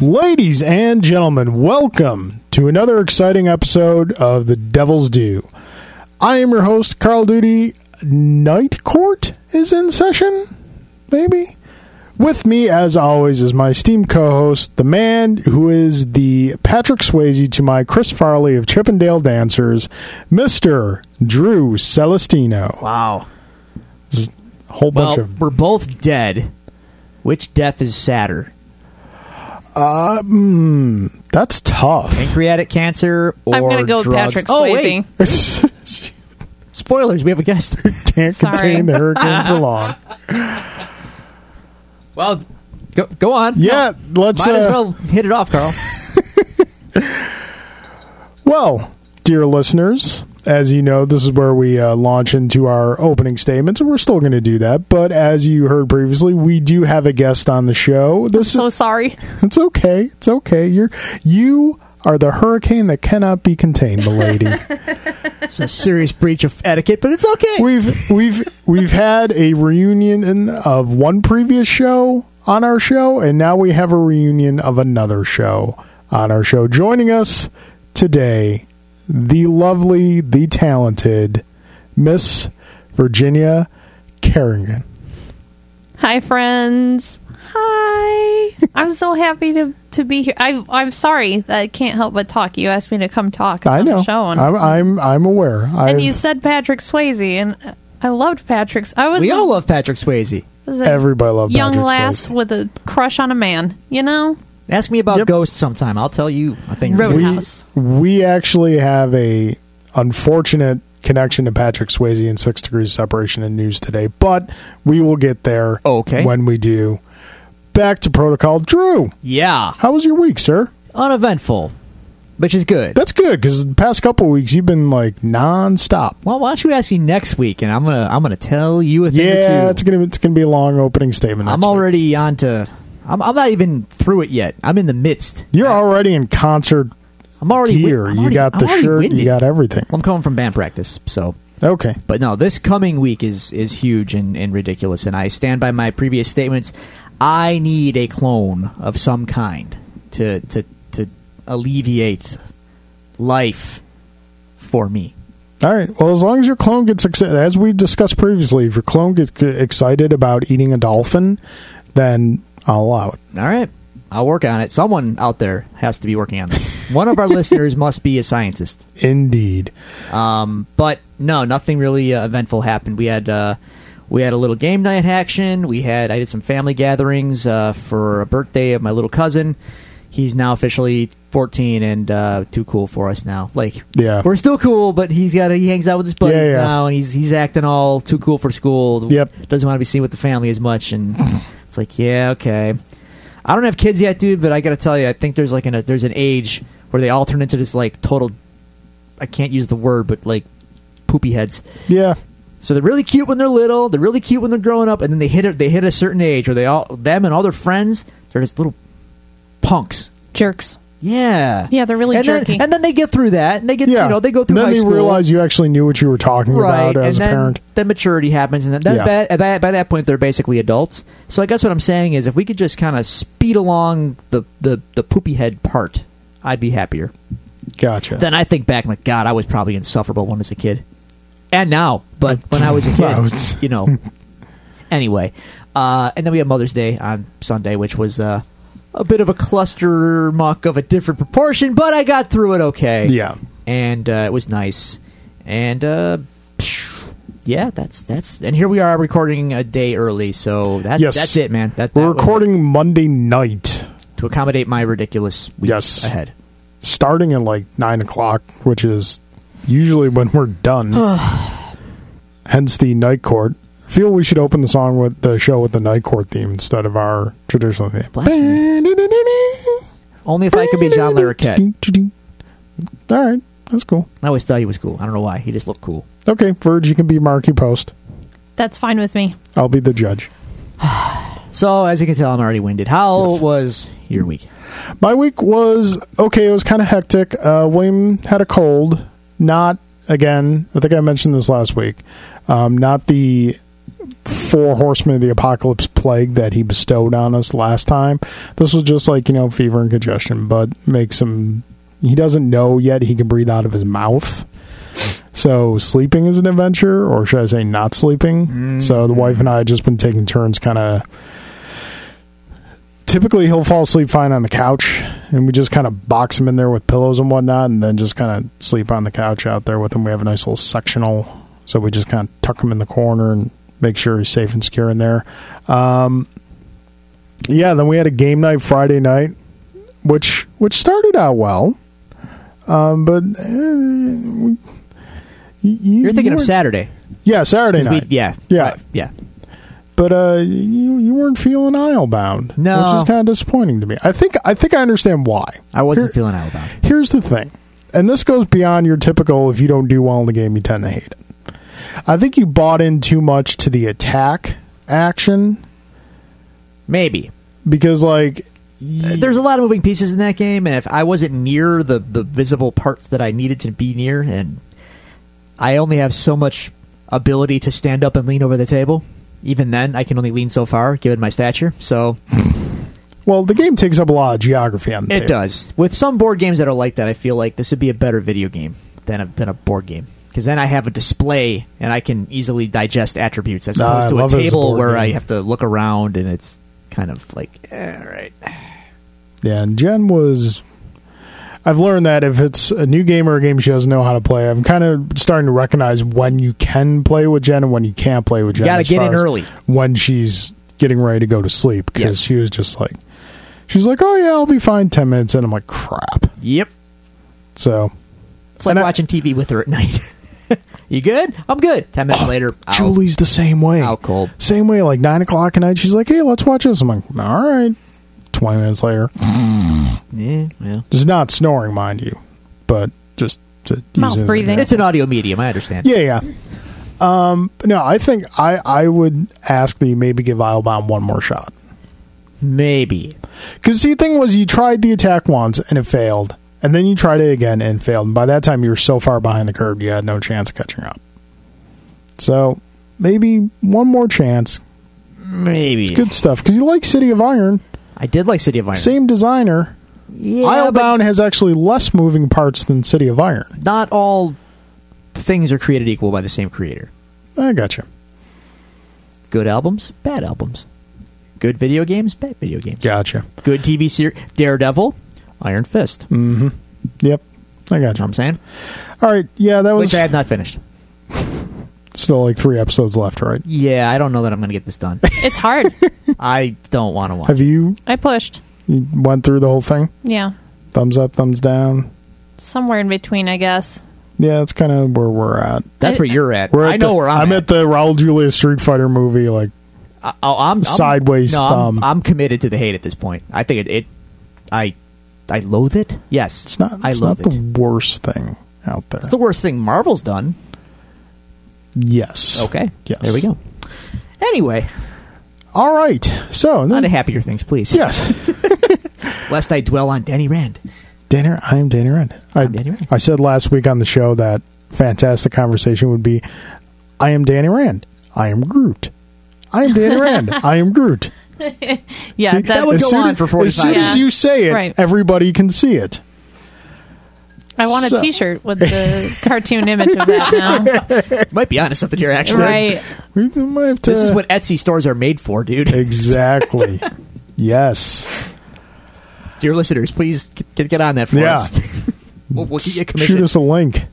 Ladies and gentlemen, welcome to another exciting episode of The Devil's Due. I am your host, Carl Duty. Night Court is in session, maybe? With me, as always, is my esteemed co host, the man who is the Patrick Swayze to my Chris Farley of Chippendale Dancers, Mr. Drew Celestino. Wow. Whole bunch Well, of. we're both dead. Which death is sadder? Uh, mm, that's tough. Pancreatic cancer or I'm gonna go with drugs? Patrick Oh, Swayze. wait. Spoilers, we have a guest. Can't Sorry. contain the hurricane for long. well, go, go on. Yeah, let's. Might as uh, well hit it off, Carl. Well, dear listeners, as you know, this is where we uh, launch into our opening statements, and we're still going to do that. But as you heard previously, we do have a guest on the show. This So sorry. is it's okay. It's okay. You're you are the hurricane that cannot be contained, milady. it's a serious breach of etiquette, but it's okay. we've we've we've had a reunion of one previous show on our show, and now we have a reunion of another show on our show. Joining us today, the lovely, the talented Miss Virginia Kerrigan. Hi, friends. Hi. I'm so happy to, to be here. I, I'm sorry that I can't help but talk. You asked me to come talk. I on know. The show and, I'm I'm I'm aware. and you I said Patrick Swayze, and I loved Patrick's. I was we a, all love Patrick Swayze. was a everybody loved young Patrick lass Swayze. with a crush on a man. You know, Ask me about Yep. ghosts sometime. I'll tell you. I think Roadhouse. we, we actually have a unfortunate connection to Patrick Swayze and Six Degrees of Separation in news today, but we will get there. Okay. When we do, back to protocol. Drew, Yeah, how was your week, sir? uneventful, which is good. That's good because the past couple weeks you've been like nonstop. well, why don't you ask me next week, and I'm gonna I'm gonna tell you a thing or two. Yeah, it's gonna it's gonna be a long opening statement. I'm next week. already on to. I'm, I'm not even through it yet. I'm in the midst. You're already in concert I'm already wi- gear. I'm You already- got I'm the already shirt. You winded. got everything. Well, I'm coming from band practice, so. Okay. But no, this coming week is is huge and, and ridiculous, and I stand by my previous statements. I need a clone of some kind to to to alleviate life for me. All right. Well, as long as your clone gets excited, as we discussed previously, if your clone gets excited about eating a dolphin, then I'll allow it. All right. I'll work on it. Someone out there has to be working on this. One of our listeners must be a scientist. Indeed. Um, but no, nothing really uh, eventful happened. We had uh, we had a little game night action. We had I did some family gatherings uh, for a birthday of my little cousin. He's now officially 14 and uh, too cool for us now. Like, Yeah. we're still cool, but he's got he hangs out with his buddies Yeah, yeah. now, and he's he's acting all too cool for school. Yep. doesn't want to be seen with the family as much, and it's like, yeah, okay. I don't have kids yet, dude, but I gotta tell you, I think there's like an a, there's an age where they all turn into this like total I can't use the word, but like poopy heads. Yeah. So they're really cute when they're little. They're really cute when they're growing up, and then they hit it. They hit a certain age, where they all them and all their friends. They're just little punks. jerks. Yeah, Yeah, they're really and jerky. Then, and then they get through that, and they get Yeah. you know they go through Then high you school. realize you actually knew what you were talking Right, about as and a then parent. then maturity happens, and then Yeah. that, by, by, by that point they're basically adults. So I guess what I'm saying is, if we could just kind of speed along the, the the poopy head part, I'd be happier. Gotcha. then I think back, I'm like, God, I was probably insufferable when I was a kid, and now, but when I was a I kid, was- you know. Anyway, uh, and then we had Mother's Day on Sunday, which was uh, a bit of a cluster muck of a different proportion, but I got through it okay. Yeah. and uh, it was nice, and uh, psh, yeah, that's that's, and here we are recording a day early, so that's Yes. that's it, man. That, We're that was recording Monday night, it to accommodate my ridiculous week Yes. ahead. starting at like 9 o'clock, which is usually when we're done. Hence the night court. feel we should open the song with the show with the night court theme instead of our traditional theme. Blasphemy. Only if I could be John Larroquette. All right, that's cool. I always thought he was cool. I don't know why. He just looked cool. Okay, Verge, you can be Marky Post. That's fine with me. I'll be the judge. So as you can tell, I'm already winded. How Yes. was your week? My week was okay. It was kind of hectic. Uh, William had a cold. Not again. I think I mentioned this last week. Um, not the four horsemen of the apocalypse plague that he bestowed on us last time. This was just like, you know, fever and congestion, but makes him. He doesn't know yet he can breathe out of his mouth. So sleeping is an adventure, or should I say, not sleeping? So the wife and I have just been taking turns, kind of. Typically, he'll fall asleep fine on the couch, and we just kind of box him in there with pillows and whatnot, and then just kind of sleep on the couch out there with him. We have a nice little sectional, so we just kind of tuck him in the corner and make sure he's safe and secure in there. Um, yeah, then we had a game night Friday night, which which started out well, um, but eh, we- you, You're thinking you of weren't- Saturday. yeah Saturday We- night, yeah. Yeah. Right, yeah. but uh, you you weren't feeling Islebound, No. which is kind of disappointing to me. I think I think I understand why. I wasn't Here- feeling out about it. here's the thing, and this goes beyond your typical if you don't do well in the game, you tend to hate it. I think you bought in too much to the attack action Maybe. Uh, because, like, y- There's a lot of moving pieces in that game, and if I wasn't near the, the visible parts that I needed to be near, and I only have so much ability to stand up and lean over the table, even then I can only lean so far given my stature. So well, the game takes up a lot of geography on the it table. does. With some board games that are like that, I feel like this would be a better video game than a, than a board game. Because then I have a display and I can easily digest attributes as Nah, I opposed to love it a as a table board where game. I have to look around and it's kind of like, eh, all right. Yeah, and Jen was. I've learned that if it's a new game or a game she doesn't know how to play, I'm kind of starting to recognize when you can play with Jen and when you can't play with Jen. gotta as get far in as early. when she's getting ready to go to sleep because Yes. she was just like, she's like, "Oh yeah, I'll be fine." Ten minutes, and I'm like, "Crap." Yep. So It's like And I- watching TV with her at night. you good? I'm good. Ten Oh, minutes later, out, Julie's the same way. out cold. Same way, like nine o'clock at night, she's like, "Hey, let's watch this." I'm like, "All right." Twenty minutes later, Yeah, yeah. just not snoring, mind you, but just to use Mouth it as an breathing. It's an audio medium. I understand. Yeah, yeah. Um, no, I think I, I would ask that you maybe give Islebound one more shot. Maybe. Because the thing was, you tried the attack once and it failed, and then you tried it again and it failed. And by that time, you were so far behind the curve, you had no chance of catching up. So maybe one more chance. Maybe. Good stuff. Because you like City of Iron, I did like City of Iron. same designer. yeah, Islebound has actually less moving parts than City of Iron. but not all things are created equal by the same creator. I gotcha. Good albums, bad albums. Good video games, bad video games. Gotcha. Good TV series, Daredevil, Iron Fist. You know Yep. I gotcha. what I'm saying? All right. Yeah, that was Which I have not finished. still like three episodes left, right? Yeah, I don't know that I'm going to get this done. It's hard. I don't want to watch. Have you I pushed. You went through the whole thing. Yeah. Thumbs up, thumbs down. Somewhere in between, I guess. Yeah, that's kind of where we're at. That's where you're at. We're at I know the- where I'm, I'm at the Raul Julia Street Fighter movie. Like, I- I'll- I'm, I'm Sideways no, I'm- thumb. I'm, committed to the hate at this point. I think it. it I I loathe it. Yes, it's not. I It's loathe not it. the worst thing out there. It's the worst thing Marvel's done. yes. Okay. Yes. There we go. Anyway, All right. So on to then, happier things, please. yes, Lest I dwell on Danny Rand. dinner. I'm dinner. End. I, I'm Danny Rand. I said last week on the show that fantastic conversation would be. I am Danny Rand. I am Groot. I am Danny Rand. I am Groot. Yeah. See, that's, that would as go soon on as- for As soon 45. as you say it, Right. everybody can see it. I want a so- shirt with the cartoon image of that now. Might be onto something here. Actually, right. We might have to. This is what Etsy stores are made for, dude. Exactly. yes. Dear listeners, please get, get on that for Yeah. us. we'll, we'll get you a commission. Shoot us a link.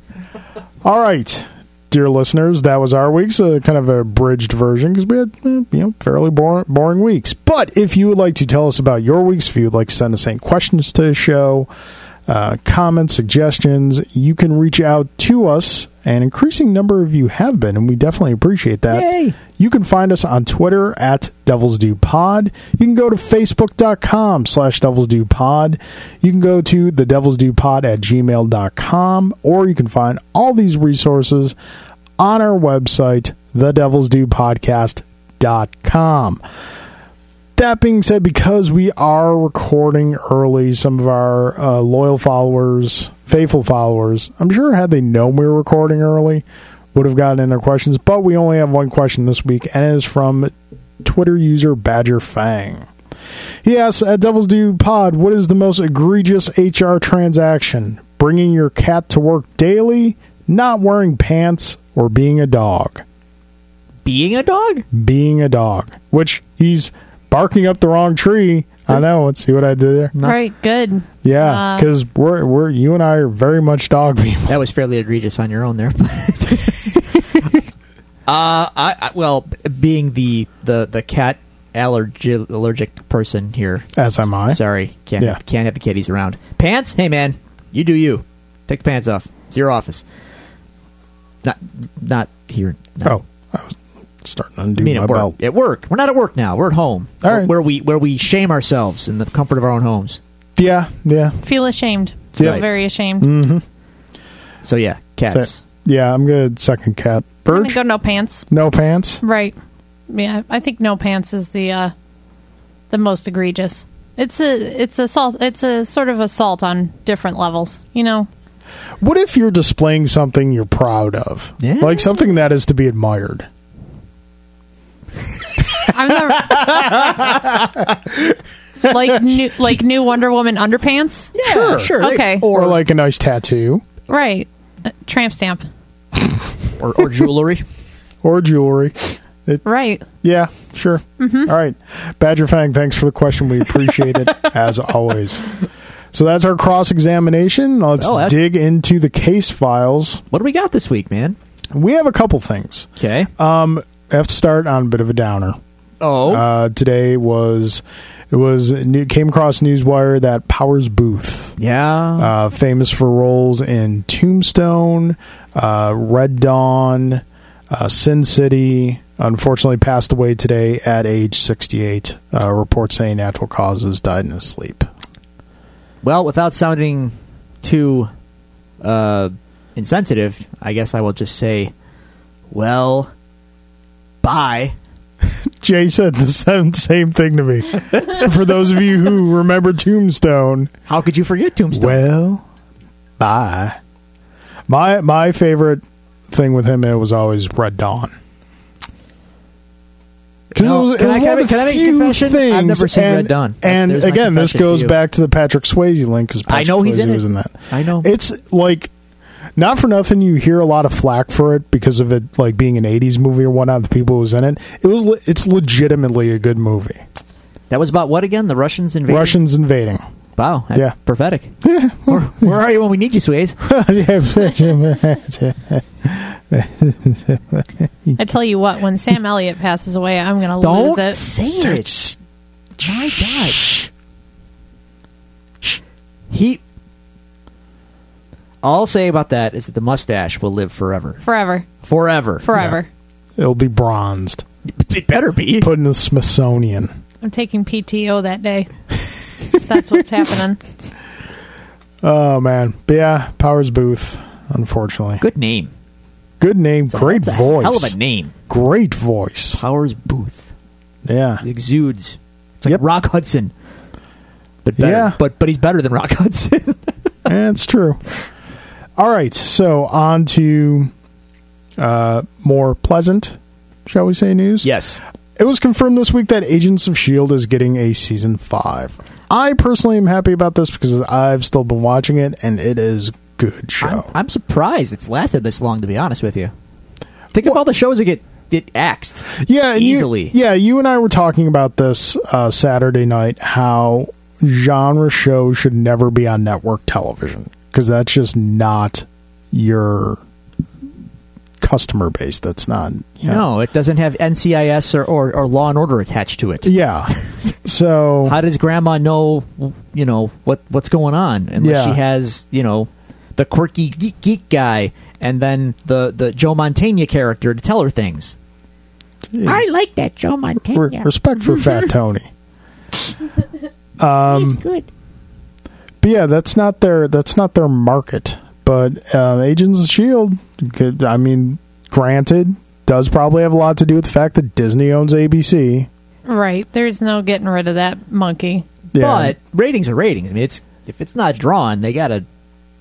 All right. Dear listeners, that was our week's uh, kind of a bridged version because we had eh, you know fairly boring, boring weeks. But if you would like to tell us about your weeks, if you would like to send us any questions to the show, uh, comments, suggestions, you can reach out to us. An increasing number of you have been, and we definitely appreciate that. Yay. You can find us on Twitter at Devils Do Pod. You can go to Facebook.com slash Devils Do Pod. You can go to the Devils Do Pod at gmail.com, or you can find all these resources on our website, the Devils Do Podcast.com. That being said, because we are recording early, some of our uh, loyal followers, faithful followers, I'm sure had they known we were recording early, would have gotten in their questions. But we only have one question this week, and it is from Twitter user Badger Fang. He asks at Devil's Due Pod, what is the most egregious HR transaction? Bringing your cat to work daily, not wearing pants, or being a dog? Being a dog? Being a dog, which he's barking up the wrong tree. I know. Let's see what I did there. Right, good. Yeah, Uh, because we're we're you and I are very much dog people. That was fairly egregious on your own there. but- uh, I, I well, being the the the cat allergi- allergic person here. As am I. Sorry, can't Eh? Yeah. can't have the kitties around. Pants? Hey man, you do you. Take the pants off. It's your office. Not not here. No. Oh, I was starting to undo I mean, my at work. belt. At work. We're not at work now. We're at home. All Where- right. Where we where we shame ourselves in the comfort of our own homes. Yeah, yeah, Feel ashamed. Yeah. Feel very ashamed. Mm. So yeah, cats. So- yeah. I'm good. Second cat. I'm gonna Birch, go no pants. no pants. Right. Yeah, I think no pants is the uh the most egregious. It's a it's a salt it's a sort of assault on different levels, you know. What if you're displaying something you're proud of, Yeah. like something that is to be admired? I'm not like new like new Wonder Woman underpants. Yeah, Sure. They- Okay. Or, Or like a nice tattoo, Right. Uh, tramp stamp. or, or jewelry. or jewelry. Right. Yeah, sure. All right, Badger Fang. Thanks for the question. We appreciate it as always. So that's our cross examination. Let's Well, that's- dig into the case files. what do we got this week, man? We have a couple things. Okay. Um, I have to start on a bit of a downer. oh. Uh, today was it was new, came across Newswire that Powers Booth, yeah. uh, famous for roles in Tombstone, uh, Red Dawn, uh, Sin City, unfortunately passed away today at age 68. Uh, reports saying natural causes, died in his sleep. well, without sounding too uh, insensitive, I guess I will just say, well, bye. Jay said the same, same thing to me. for those of you who remember Tombstone, How could you forget Tombstone? Well, bye. My my favorite thing with him it was always Red Dawn. Because No, can I- can I- can I make a confession? I've never seen and, Red Dawn. That- And there's my again, this confession to goes you. back to the Patrick Swayze link because I know he's in it. was in that. I know. It's like not for nothing. You hear a lot of flack for it because of it, like being an '80s movie or whatnot. The people who was in it, it was le- it's legitimately a good movie. that was about what again? The Russians invading. Russians invading. Wow. that's Yeah. Prophetic. where, where are you when we need you, Sways? I tell you what, when Sam Elliott passes away, I'm gonna lose Don't it. say it. My God. He. All I'll say about that is that the mustache will live forever. Forever. Forever. Forever. It'll be bronzed. It better be. Put in the Smithsonian. I'm taking PTO that day. That's what's happening. Oh man, but yeah, Powers Booth. Unfortunately, Good name. good name, great That's a voice, Hell of a name. great voice. Powers Booth. Yeah, It exudes. It's like Yep. Rock Hudson. But better. Yeah. But but he's better than Rock Hudson. that's true. All right, so on to uh, more pleasant, shall we say, news? yes. It was confirmed this week that Agents of S.H.I.E.L.D. E is getting a season 5. I personally am happy about this because I've still been watching it and it is good I'm, show. I'm surprised it's lasted this long. To be honest with you, think of all the shows that get get axed. yeah, and you- easily. yeah, you and I were talking about this uh, Saturday night how genre shows should never be on network television because that's just not your customer base. That's not. You know- No, it doesn't have NCIS or, or, or Law and Order attached to it. Yeah. so. How does Grandma know? You know what what's going on Yeah. unless she has you know the quirky geek, geek guy and then the the Joe Montana character to tell her things. I like that Joe Montana. re- respect for Fat Tony. Um, Um, He's good. But yeah, that's not their that's not their market. But uh, Agents of Shield, could, I mean, granted, does probably have a lot to do with the fact that Disney owns ABC. Right. There's no getting rid of that monkey. Yeah, But ratings are ratings. I mean, it's if it's not drawn, they gotta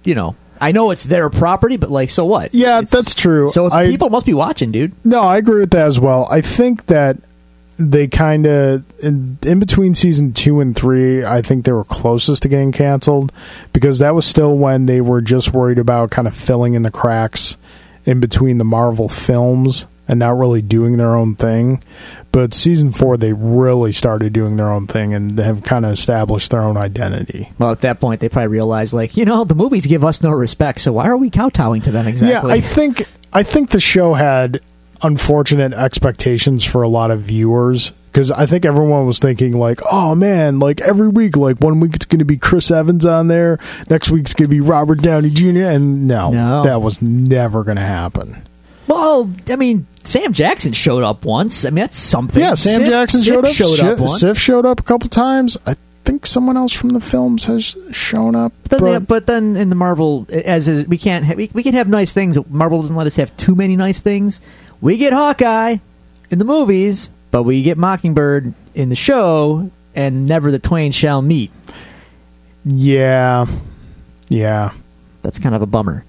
you know. I know it's their property, but like, so what? Yeah, It's- that's true. So I- people must be watching, dude. no, I agree with that as well. I think that they kind of in, in between season two and three i think they were closest to getting canceled because that was still when they were just worried about kind of filling in the cracks in between the marvel films and not really doing their own thing but season four they really started doing their own thing and they have kind of established their own identity Well, at that point, they probably realized, like, you know, the movies give us no respect, so why are we kowtowing to them exactly? Yeah, I think I think the show had unfortunate expectations for a lot of viewers because I think everyone was thinking like, oh man, like every week, like one week it's going to be Chris Evans on there, next week's going to be Robert Downey Jr. And no, No. that was never going to happen. well, I mean, Sam Jackson showed up once. I mean, that's something. Yeah, Sam Sif- Jackson Sif showed up. Showed up Shi- once. Sif showed up a couple times. I think someone else from the films has shown up. But, but- yeah, but then in the Marvel, as is, we can't ha- we, we can have nice things. Marvel doesn't let us have too many nice things. We get Hawkeye in the movies, but we get Mockingbird in the show, and never the twain shall meet. yeah, yeah. That's kind of a bummer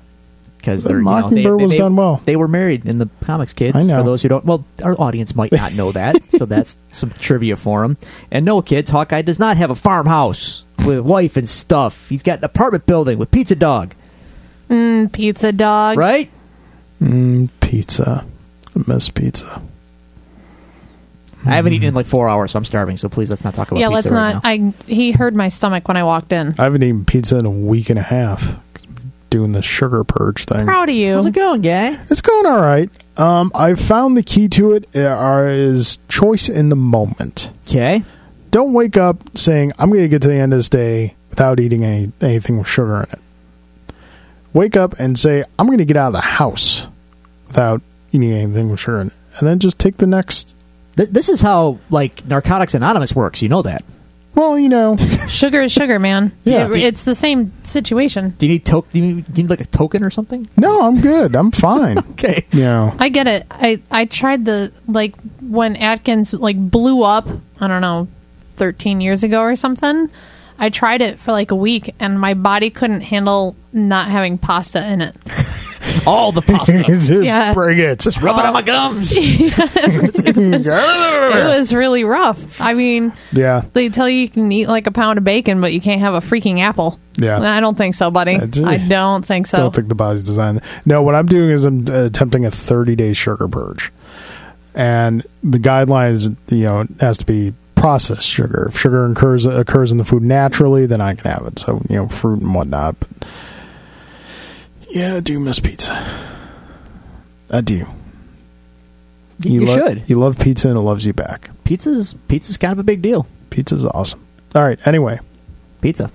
because But they're you know, they- Mockingbird they- was they- done well. They were married in the comics, kids. I know. For those who don't, well, our audience might not know that, so that's some trivia for them. And no, kids, Hawkeye does not have a farmhouse with wife and stuff. He's got an apartment building with pizza dog, Mm, pizza dog. right? Mm, pizza. I miss pizza. I haven't eaten in like four hours, so I'm starving. So please, let's not talk about Yeah, pizza let's right not. now. I he heard my stomach when I walked in. I haven't eaten pizza in a week and a half. Doing the sugar purge thing. Proud of you. How's it going, guy? It's going all right. Um, I found the key to it uh, are- is choice in the moment. Okay, Don't wake up saying I'm going to get to the end of this day without eating any, anything with sugar in it. Wake up and say I'm going to get out of the house without eating anything with sugar in it, and then just take the next. Th- this is how like Narcotics Anonymous works. You know that. Well, you know, Sugar is sugar, man. Yeah. It- it's the same situation. Do you need to- do, you, do you need like a token or something? no, I'm good. I'm fine. Okay. You know, I get it. I I tried the like when Atkins like blew up. I don't know, thirteen years ago or something. I tried it for like a week, and my body couldn't handle not having pasta in it. All the pasta. Just Yeah. bring it. Just rub it on my gums. It was really rough. I mean, Yeah, they tell you you can eat like a pound of bacon, but you can't have a freaking apple. Yeah. I don't think so, buddy. I do. I don't think so. don't think the body's designed. No, what I'm doing is I'm uh, attempting a 30 day sugar purge, and the guideline is you know it has to be processed sugar. If sugar occurs occurs in the food naturally, then I can have it. So you know fruit and whatnot. But yeah, I do miss pizza. I do. You, lo- should. You love pizza and it loves you back. Pizza's pizza's kind of a big deal. Pizza's awesome. All right. Anyway, Pizza.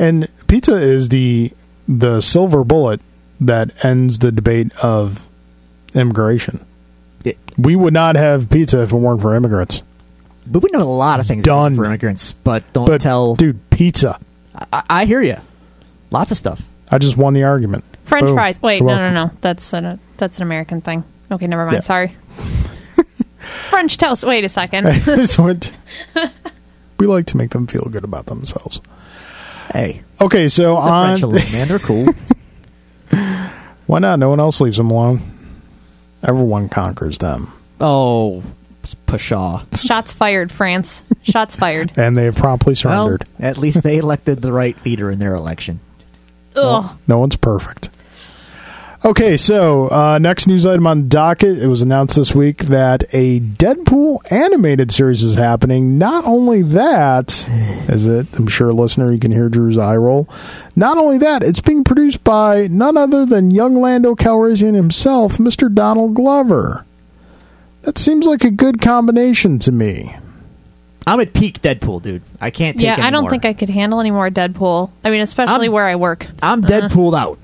And pizza is the the silver bullet that ends the debate of immigration. It- We would not have pizza if it weren't for immigrants. But we know a lot of things Done. for immigrants. But don't But tell. dude, pizza. I, I hear you. Lots of stuff. I just won the argument. French Boom. fries. Wait, You're no, no, welcome. no. That's an that's an American thing. Okay, never mind. Yeah. Sorry. French toast. Wait a second. That's what- we like to make them feel good about themselves. Hey, Okay, so the French on alone, man, they're cool. why not? No one else leaves them alone. Everyone conquers them, oh, pshaw. Shots fired, France. Shots fired. and they have promptly surrendered. Well, at least they elected the right leader in their election. Ugh. No one's perfect. Okay, so uh, next news item on docket. It was announced this week that a Deadpool animated series is happening. Not only that, is it? I'm sure, listener, you can hear Drew's eye roll. Not only that, it's being produced by none other than young Lando Calrissian himself, Mr. Donald Glover. That seems like a good combination to me. I'm at peak Deadpool, dude. I can't take Yeah, I don't anymore. think I could handle any more Deadpool. I mean, especially I'm- where I work. I'm Uh-huh. Deadpooled out.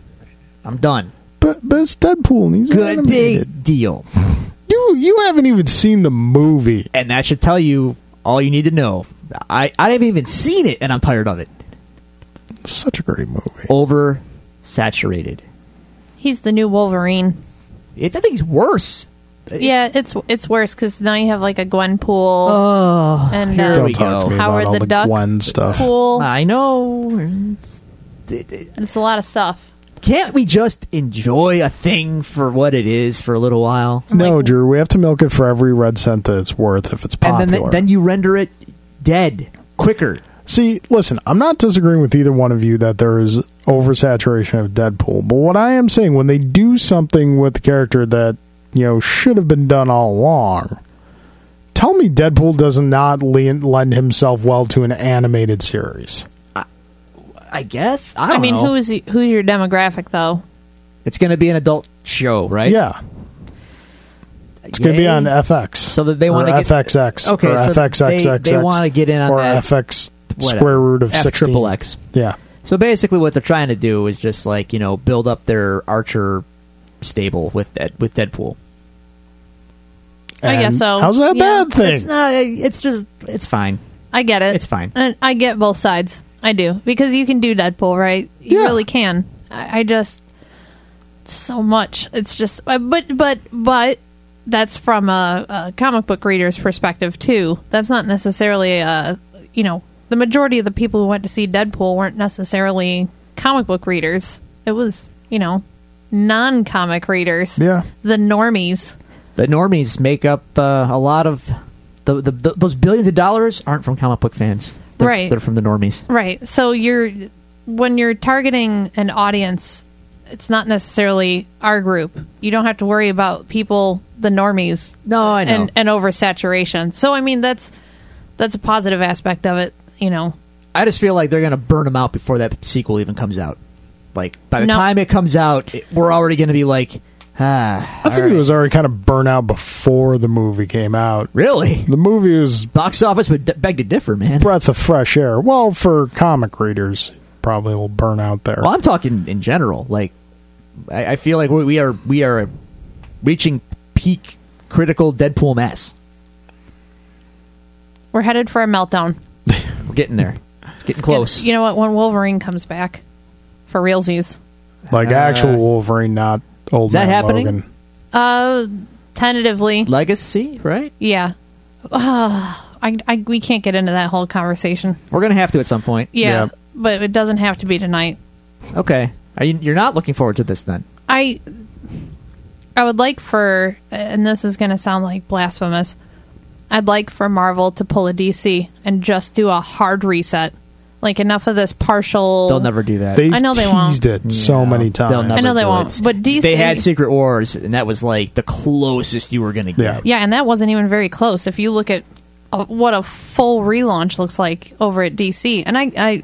I'm done. But, but it's Deadpool, and he's Good animated. big deal. You you haven't even seen the movie. And that should tell you all you need to know. I, I haven't even seen it, and I'm tired of it. It's such a great movie. Over saturated. He's the new Wolverine. It, I think it's worse. Uh, Yeah, it's it's worse because now you have like a Gwenpool Oh, and here uh, There Don't we talk go. to me Howard about all the the, Duck Gwen stuff. Pool. I know. It's- It's a lot of stuff. Can't we just enjoy a thing for what it is for a little while? no, Drew, we have to milk it for every red cent that it's worth if it's popular. And then then you render it dead quicker. See, listen, I'm not disagreeing with either one of you that there is oversaturation of Deadpool, but what I am saying when they do something with the character that, you know, should have been done all along, tell me Deadpool does not lean, lend himself well to an animated series. I guess. I I, don't mean, know. who is who's your demographic though? It's going to be an adult show, right? Yeah, it's going to be on FX. So that they or wanna get- FXX Okay, or so FXXXX. they- they wanna get in on or that- FX square root of F 16. triple X. Yeah. So basically, what they're trying to do is just like you know build up their Archer stable with that with Deadpool. I guess And so. How's that a Yeah. bad thing? It's not. It's just. It's fine. I get it. It's fine. And I get both sides. I do because you can do Deadpool, right? You Yeah. really can. I, I just so much. It's just, uh, but but but that's from a, a comic book reader's perspective too. That's not necessarily a you know the majority of the people who went to see Deadpool weren't necessarily comic book readers. It was you know non comic readers. Yeah. the normies. The normies make up uh, a lot of the, the, the those billions of dollars aren't from comic book fans. They're, Right. They're from the normies. Right. So you're when you're targeting an audience, it's not necessarily our group. You don't have to worry about people, the normies, No, I know. and and oversaturation. So I mean, that's that's a positive aspect of it. You know, I just feel like they're gonna burn them out before that sequel even comes out. Like by the No. time it comes out, it, we're already gonna be like, ah, I think all it right. was already kind of burnt out before the movie came out. really. The movie was Box office would d- beg to differ, man. breath of fresh air. Well, for comic readers, probably will burn out there. Well, I'm talking in general. Like, I, I feel like we we are we are reaching peak critical Deadpool mass. we're headed for a meltdown. We're getting there. It's getting close. You know what? When Wolverine comes back, for realsies, Like actual Wolverine, not old. Uh, Is that man happening? Logan. uh, tentatively, Legacy, right? yeah. Ah, I, I we can't get into that whole conversation. We're gonna have to at some point. Yeah, Yeah. but it doesn't have to be tonight. Okay. Are you, you're not looking forward to this then? I I would like for and this is going to sound like blasphemous. I'd like for Marvel to pull a DC and just do a hard reset. Like enough of this partial They'll never do that. They've I know they won't. teased it so Yeah. many They'll times. never I know they do won't, it. but DC They had Secret Wars, and that was like the closest you were gonna get. Yeah, and that wasn't even very close if you look at uh what a full relaunch looks like over at DC. And I I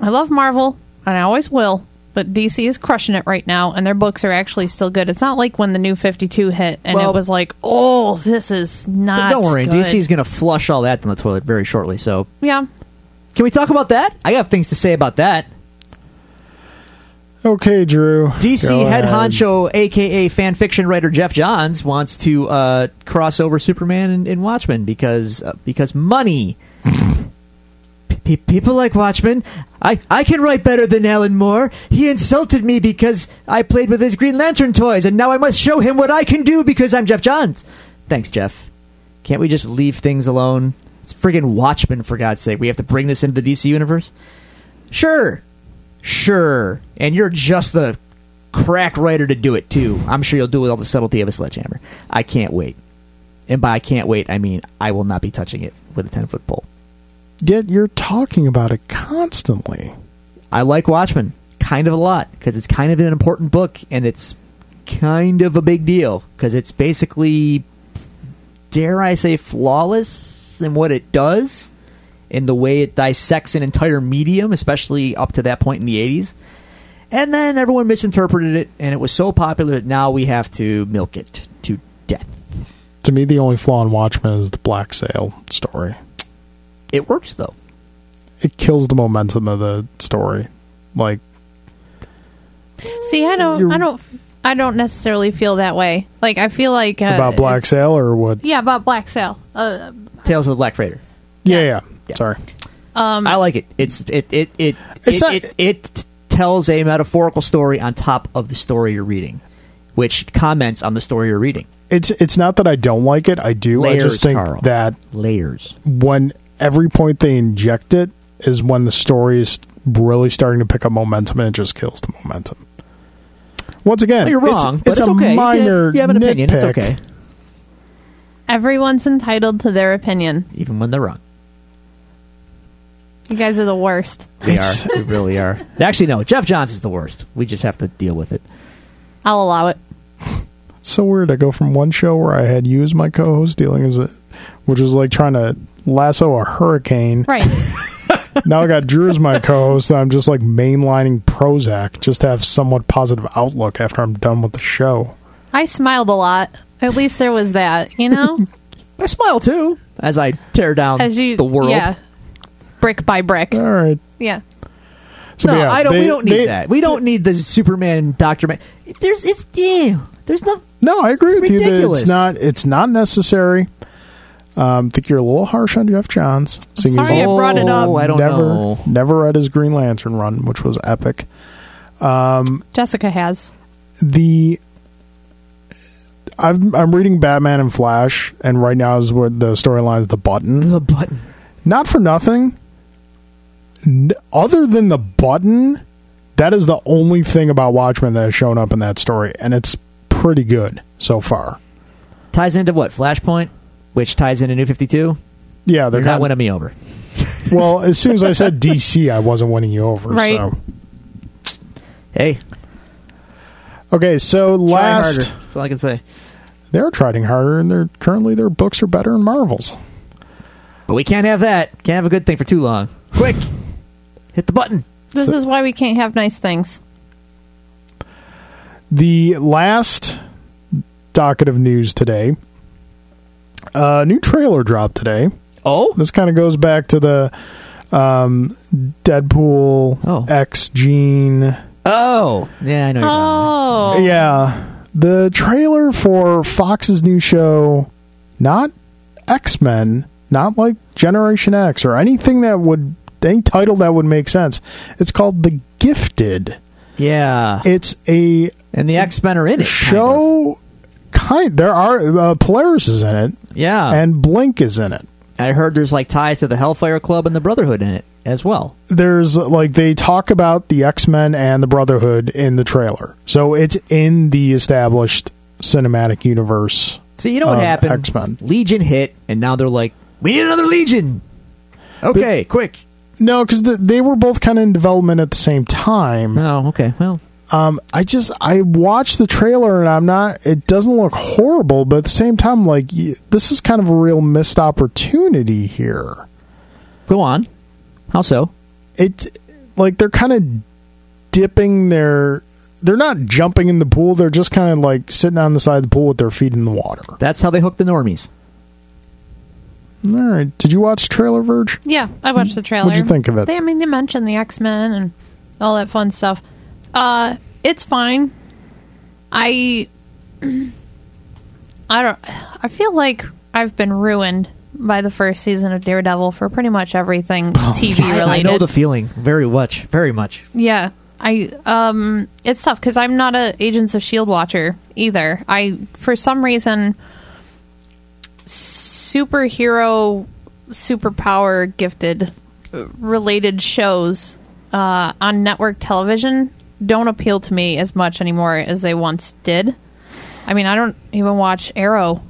I love Marvel and I always will, but DC is crushing it right now and their books are actually still good. It's not like when the new 52 hit and Well- it was like, "Oh, this is not Don't worry, good. DC's gonna flush all that down the toilet very shortly. So, Yeah. can we talk about that? I have things to say about that. Okay, Drew. DC go head ahead. honcho, aka fan fiction writer Jeff Johns, wants to uh, cross over Superman and, and Watchmen because uh, because money. P- people like Watchmen. I I can write better than Alan Moore. He insulted me because I played with his Green Lantern toys, and now I must show him what I can do because I'm Jeff Johns. Thanks, Jeff. Can't we just leave things alone? It's friggin' Watchmen, for God's sake. We have to bring this into the DC universe. Sure, Sure. And you're just the crack writer to do it too. I'm sure you'll do it with all the subtlety of a sledgehammer. I can't wait. And by I can't wait, I mean I will not be touching it with a 10 foot pole. Yet you're talking about it constantly. I like Watchmen kind of a lot because it's kind of an important book and it's kind of a big deal because it's basically, dare I say, flawless in what it does in the way it dissects an entire medium, especially up to that point in the 80s. And then everyone misinterpreted it, and it was so popular that now we have to milk it to death. To me, the only flaw in Watchmen is the Black Sail story. It works, though. It kills the momentum of the story. Like See, I don't You're- I don't I don't necessarily feel that way. Like I feel like uh, about Black it's- Sail or what? Yeah, about Black Sail. Uh, Tales of the Black Freighter. Yeah, yeah. Yeah. Sorry. Mm. I like it. It's it it it It's it, not- it, it tells a metaphorical story on top of the story you're reading, which comments on the story you're reading. It's it's not that I don't like it. I do. I Layers, just think Carl. that Layers. when every point they inject it is when the story is really starting to pick up momentum and it just kills the momentum. Once again, Well, you're it's- wrong, It's, but it's a okay. You can- minor you have an opinion. It's nitpick. okay, Everyone's entitled to their opinion. even when they're wrong. You guys are the worst. We It's- are. We really are. Actually, no. Jeff Johnson's the worst. We just have to deal with it. I'll allow it. It's so weird. I go from one show where I had you as my co-host dealing as a, which was like trying to lasso a hurricane. Right. now I got Drew as my co-host. And I'm just like mainlining Prozac just to have somewhat positive outlook after I'm done with the show. I smiled a lot. At least there was that, you know? I smile too as I tear down As you the world. Yeah. Brick by brick. All right. Yeah. So no, yeah, I don't. they- we don't need they- that. We don't need the Superman Doctor Man. There's it's yeah. There's no. No, I agree with you. That ridiculous. it's not. It's not necessary. Um, I think you're a little harsh on Jeff Johns. seeing as sorry I he's brought it up. Oh, I don't never, know. never read his Green Lantern run, which was epic. Um, Jessica has. the I'm I'm reading Batman and Flash, and right now is where the storyline is the button. The button. Not for nothing. N- other than the button, that is the only thing about Watchmen that has shown up in that story, and it's pretty good so far. ties into what Flashpoint, which ties into New Fifty Two. Yeah, they're They're not kind- winning me over. Well, as soon as I said DC, I wasn't winning you over. Right. So. Hey, Okay, so try last harder. That's all I can say. they're trying harder, and they're currently their books are better than Marvels. But we can't have that. Can't have a good thing for too long. Quick, hit the button. This is why we can't have nice things. the last docket of news today a new trailer dropped today Oh, this kind of goes back to the um, deadpool Oh. x gene oh, yeah, I know. You're wrong. Oh. yeah the trailer for fox's new show not x-men not like generation x or anything that would any title that would make sense it's called the gifted yeah. it's a And the X Men are in it. kind of. show kind there are uh, polaris is in it Yeah, and and blink is in it I heard there's like ties to the Hellfire Club and the Brotherhood in it as well. there's like they talk about the x-men and the brotherhood in the trailer so it's in the established cinematic universe See, you know what of happened? x-men Legion hit, and now they're like, we need another Legion. Okay, quick. no because the, they were both kind of in development at the same time Oh, okay. Well, um i just i watched the trailer and i'm not it doesn't look horrible but at the same time like y- this is kind of a real missed opportunity here go on. How so? it like they're kind of dipping their they're not jumping in the pool they're just kind of like sitting on the side of the pool with their feet in the water all That's how they hook the normies. right did you watch trailer verge Yeah, I watched the trailer. What'd you think of it? They, I mean, they mentioned the X Men and all that fun stuff. Uh, it's fine. I, I don't. I feel like I've been ruined by the first season of Daredevil for pretty much everything TV related. Oh, I know the feeling very much, very much. Yeah. I um it's tough cuz I'm not a Agents of Shield E watcher either. I for some reason superhero superpower gifted uh, related shows uh on network television don't appeal to me as much anymore as they once did. I mean, I don't even watch Arrow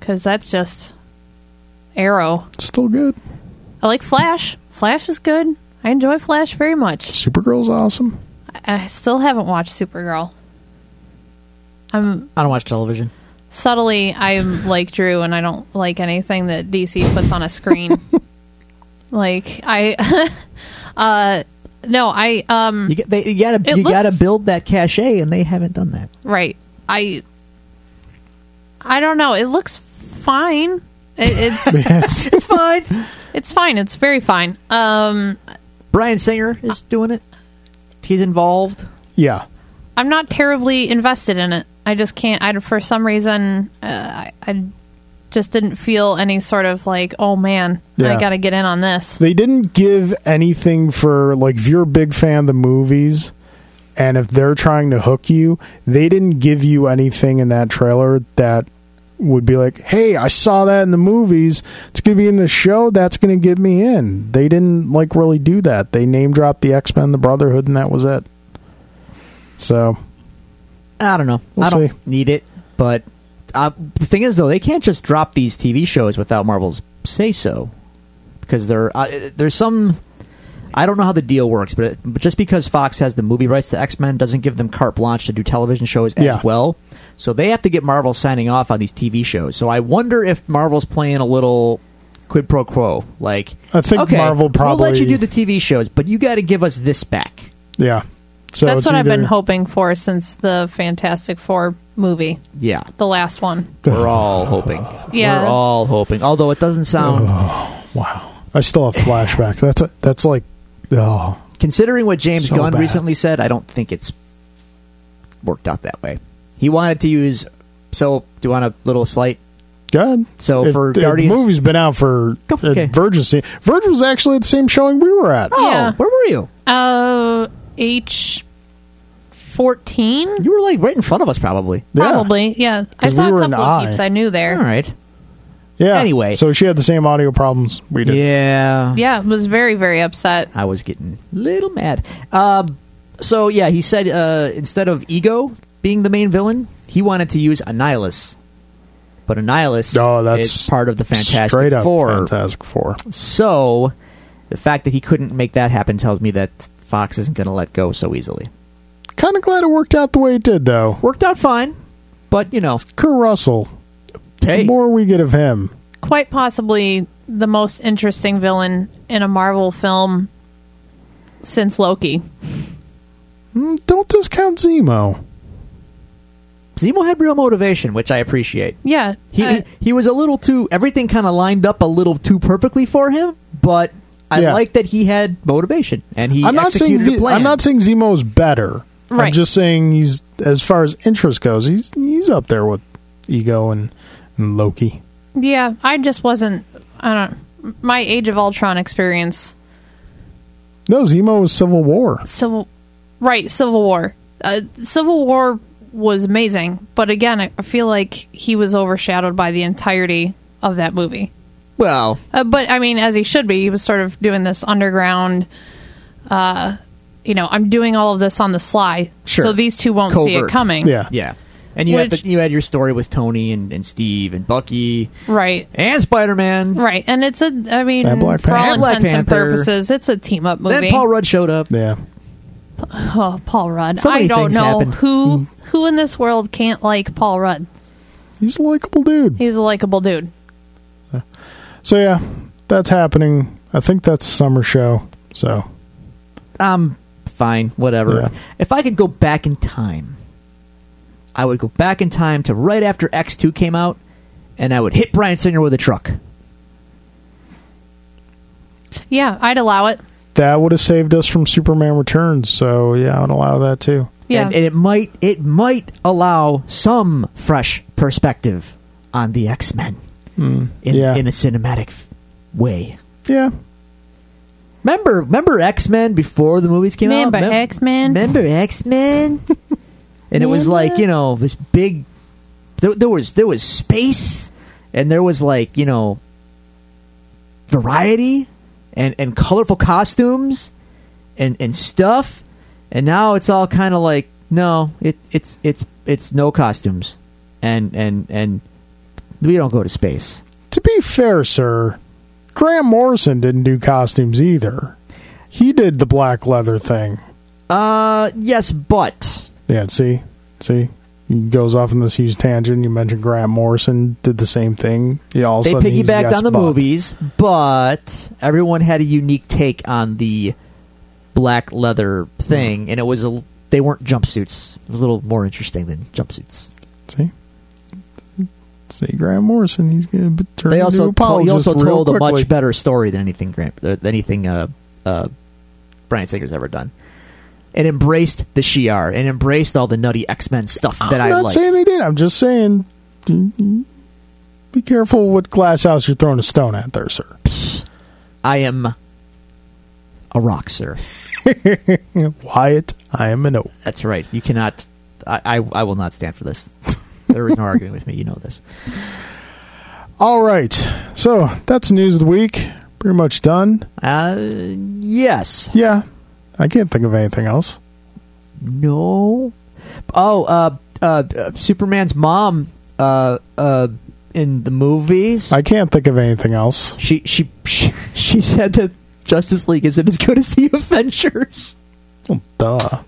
cuz that's just Arrow. it's still good I like Flash. Flash is good. I enjoy Flash very much. supergirl's awesome I still haven't watched Supergirl. I'm I don't watch television. subtly I'm like Drew and I don't like anything that DC puts on a screen. like I uh no, I um You, get, they, you gotta, It you looks- gotta build that cachet, and they haven't done that. right. I I don't know. It looks fine. It, it's yes It's fine. it's fine. It's very fine. Um Brian Singer is doing it. He's involved. yeah I'm not terribly invested in it. I just can't. I for some reason uh, I, I just didn't feel any sort of like, oh man, Yeah. I got to get in on this. they didn't give anything for like if you're a big fan of the movies and if they're trying to hook you they didn't give you anything in that trailer that would be like, "Hey, I saw that in the movies. It's going to be in the show. That's going to get me in." They didn't like really do that. They name dropped the X Men, the Brotherhood, and that was it. So I don't know. We'll I don't see. need it, but uh, the thing is, though, they can't just drop these TV shows without Marvel's say so, because there uh, there's some. I don't know how the deal works, but, it, but just because Fox has the movie rights to X Men doesn't give them carte blanche to do television shows as Yeah. well. So they have to get Marvel signing off on these TV shows. So I wonder if Marvel's playing a little quid pro quo. Like, I think okay, Marvel we'll let probably- you do the TV shows, but you got to give us this back. yeah, so That's it's what I've either- been hoping for since the Fantastic Four movie, Yeah, the last one. we're all hoping. Yeah. we're all hoping. Although it doesn't sound. Wow, I still have flashbacks. That's a, that's like oh considering what James So Gunn bad. recently said, I don't think it's worked out that way. He wanted to use so do you want a little slight god. So for the Guardians- movie's been out for Okay. uh, Verge. is- Verge was actually at the same showing we were at. Oh, Yeah. where were you? Uh, H fourteen, You were like right in front of us probably. Yeah. probably. Yeah, I 'Cause saw we were a in couple of I. peeps I knew there. All right. Yeah. Anyway. so she had the same audio problems we did. Yeah. Yeah, was very very upset. I was getting a little mad. Um so yeah, he said uh, instead of Ego being the main villain, he wanted to use Annihilus. But Annihilus Oh, that's is part of the Fantastic straight up Four. Fantastic Four. So the fact that he couldn't make that happen tells me that Fox isn't going to let go so easily. Kind of glad it worked out the way it did, though. Worked out fine, but you know, Kurt Russell, hey, the more we get of him, Quite possibly the most interesting villain in a Marvel film since Loki. Mm, don't discount Zemo. Zemo had real motivation, which I appreciate. Yeah, He Eh. uh, he was a little too everything kind of lined up a little too perfectly for him, but I Yeah. like that he had motivation and he I'm not saying executed a Vi- plan. I'm not saying Zemo's better. I'm Right. just saying he's as far as interest goes, he's he's up there with Ego and, and Loki. yeah. I just wasn't. I don't. My Age of Ultron experience. No, Zemo was Civil War. Civil, right? Civil War. Uh, Civil War was amazing, but again, I I feel like he was overshadowed by the entirety of that movie. well, Uh, but I mean, as he should be, he was sort of doing this underground. Uh, you know, I'm doing all of this on the sly, Sure. so these two won't see it Covert. coming. Yeah. yeah. And you Which- had you had your story with Tony and, and Steve and Bucky right, and Spider Man. right. And it's a, I mean, And Black for Panther. all And Black intents and Panther. purposes, it's a team up movie. Then Paul Rudd showed up. Yeah. oh, Paul Rudd. So many I don't things Mm. know happened. who who in this world can't like Paul Rudd. He's a likable dude. He's a likable dude. So yeah, that's happening. I think that's summer show. So I'm fine, whatever. Yeah. If I could go back in time, I would go back in time to right after X2 came out, and I would hit Brian Singer with a truck. Yeah, I'd allow it. that would have saved us from Superman Returns. So yeah, I'd allow that too. Yeah, And, and it might it might allow some fresh perspective on the X Men in, Hmm. yeah. in a cinematic f- way. Yeah. Remember, remember X Men before the movies came out. Remember Mem- X-Men? Remember X Men. and it was like you know this big. There, there was there was space, and there was like you know variety, and and colorful costumes, and and stuff. And now it's all kind of like no, it it's it's it's no costumes, and and and we don't go to space. To be fair, sir, Graham Morrison didn't do costumes either. He did the black leather thing. Uh, yes, but Yeah, see? See? He goes off on this huge tangent. You mentioned Grant Morrison did the same thing. Yeah, all of a they sudden he's piggybacked yes, on the but. movies, but everyone had a unique take on the black leather Mm. thing, and it was a they weren't jumpsuits. It was a little more interesting than jumpsuits. See? See, Grant Morrison, he's going to turn They also into told, he apologist also real told a quickly. much better story than anything Grant, than anything uh, uh, Brian Singer's ever done. It embraced the Shi'ar and embraced all the nutty X Men stuff that I'm I not like. saying they did. I'm just saying be careful what glass house you're throwing a stone at there, sir. I am a rock, sir. Wyatt, I am an oak. That's right. You cannot. I, I, I will not stand for this. There is no arguing with me. You know this. All right. So that's news of the week. Pretty much done. Uh, yes. Yeah. I can't think of anything else. No. Oh, uh, uh, uh, Superman's mom. Uh, uh, in the movies, I can't think of anything else. she, she she she said that Justice League isn't as good as the Avengers. Well, duh.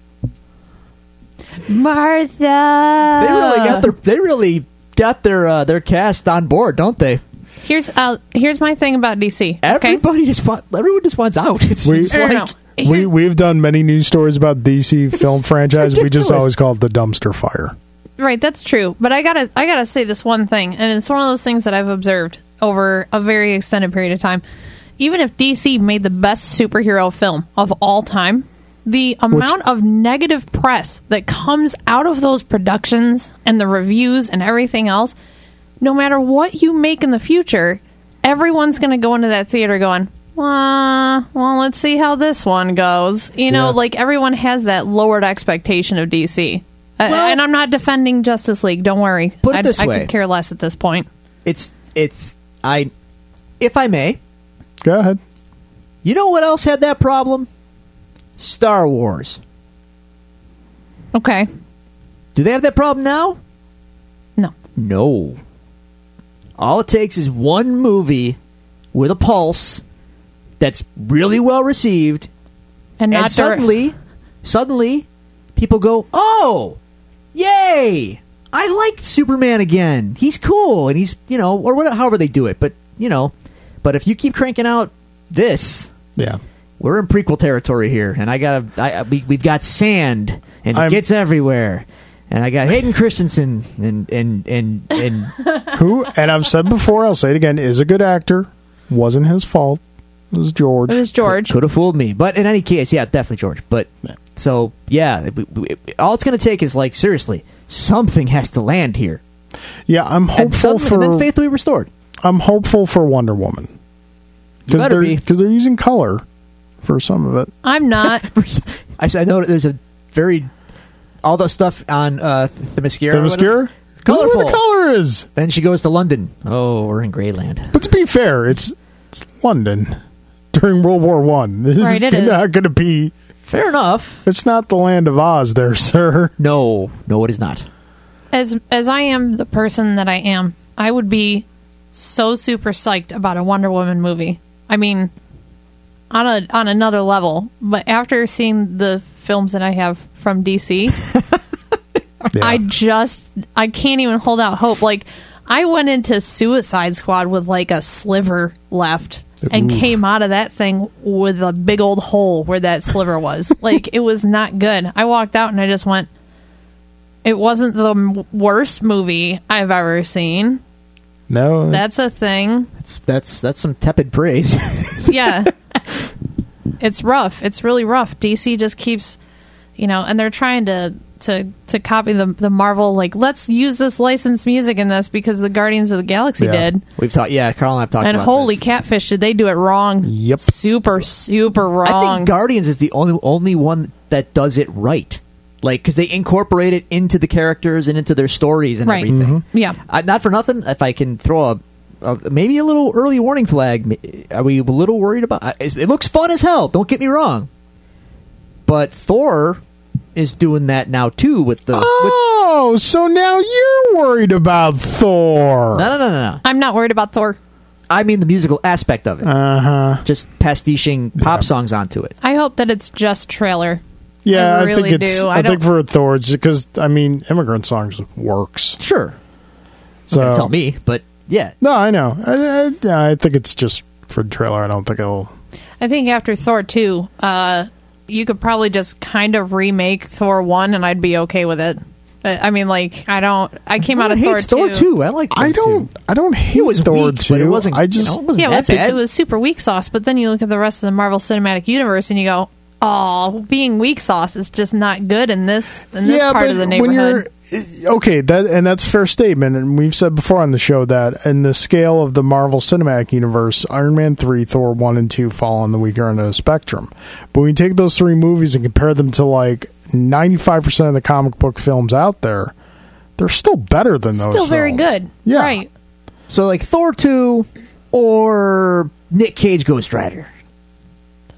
Martha. They really got their they really got their uh, their cast on board, don't they? Here's uh, here's my thing about DC. Okay. Everybody just want everyone just wants out. It seems No, no, no. like We Here's- we've done many news stories about DC film franchise. We ridiculous. just always call it the dumpster fire. right that's true but i gotta i gotta say this one thing and it's one of those things that i've observed over a very extended period of time even if dc made the best superhero film of all time the amount of negative press that comes out of those productions and the reviews and everything else no matter what you make in the future everyone's gonna go into that theater going "Uh, well, let's see how this one goes. You know, Yeah. like everyone has that lowered expectation of DC. Uh, Well- and I'm not defending Justice League. Don't worry. Put it I, this I way. could care less at this point. it's it's I if I may, Go ahead. you know what else had that problem? Star Wars. Okay. Do they have that problem now? No. No. All it takes is one movie with a pulse that's really well received And not and dir- suddenly, suddenly, people go, "Oh, yay! I like Superman again. He's cool, and he's you know, or whatever. However they do it, but you know, but if you keep cranking out this, Yeah. we're in prequel territory here, and I gotta, I, I- we, we've got sand, and it I'm- gets everywhere." And I got Hayden Christensen and and and and Who and I've said before, I'll say it again, is a good actor. Wasn't his fault. It was George. it was George. could have fooled me. But in any case, yeah, definitely George. But so yeah, we, we, all it's gonna take is like seriously, something has to land here. yeah, I'm hopeful and suddenly, for and then faith will be restored. I'm hopeful for Wonder Woman. You better they're be. because they're using color for some of it. I'm not. I said, I know that there's a very all the stuff on uh, the mascara. The or whatever. mascara? Look where Colorful. the color is. Then she goes to London. Oh, we're in Greyland. But to be fair, it's, it's London during World War One. This Right, is it is. not going to be. Fair enough. It's not the land of Oz, there, sir. No, no, it is not. as as I am the person that I am, I would be so super psyched about a Wonder Woman movie. I mean, on a on another level. But after seeing the films that I have from DC, I just I can't even hold out hope. Like I went into Suicide Squad with like a sliver left and came out of that thing with a big old hole where that sliver was. like it was not good. I walked out and I just went it wasn't the m- worst movie I've ever seen. no, That's a thing. That's that's that's some tepid praise. Yeah. it's rough. It's really rough. DC just keeps, you know, and they're trying to to to copy the the Marvel like let's use this licensed music in this because the Guardians of the Galaxy Yeah. did. We've talked. Yeah, Carl and I've talked. And about holy this. catfish, did they do it wrong? Yep. Super super wrong. I think Guardians is the only only one that does it right. Like because they incorporate it into the characters and into their stories and Right. Mm-hmm. everything. yeah. I, not for nothing. If I can throw a, a maybe a little early warning flag, m- are we a little worried about? I- it's- It looks fun as hell. Don't get me wrong, but Thor is doing that now too with the. Oh, so now you're worried about Thor. With, no, no, no, no, no. I'm not worried about Thor. I mean the musical aspect of it. Uh huh. Just pastiching pop songs onto it. I hope that it's just trailer. yeah, I I, really think it's. do. I, I think for don't- Thor, it's because I mean, immigrant songs works. Sure, So tell me, but yeah, No, I know. I, I, I think it's just for the trailer. I don't think it'll. I think after Thor 2, uh, you could probably just kind of remake Thor 1 and I'd be okay with it. Uh, I I mean, like, I don't. I came Oh, out of Thor 2. hates Oh, Thor too. I like. I him, too. don't. I don't hate It was Thor weak, two. but it wasn't. I just. you know, it wasn't Yeah, well, that that's what- bad. it was super weak sauce, but then you look at the rest of the Marvel Cinematic Universe and you go, oh, being weak sauce is just not good in this, in this part of the when neighborhood. you're- okay, that and that's a fair statement, and we've said before on the show that in the scale of the Marvel Cinematic Universe, Iron Man three, Thor one, and two fall on the weaker end of the spectrum. But when you take those three movies and compare them to like ninety five percent of the comic book films out there, They're still better than those. Still very films. good. Yeah. Right. So like Thor two or Nick Cage Ghost Rider.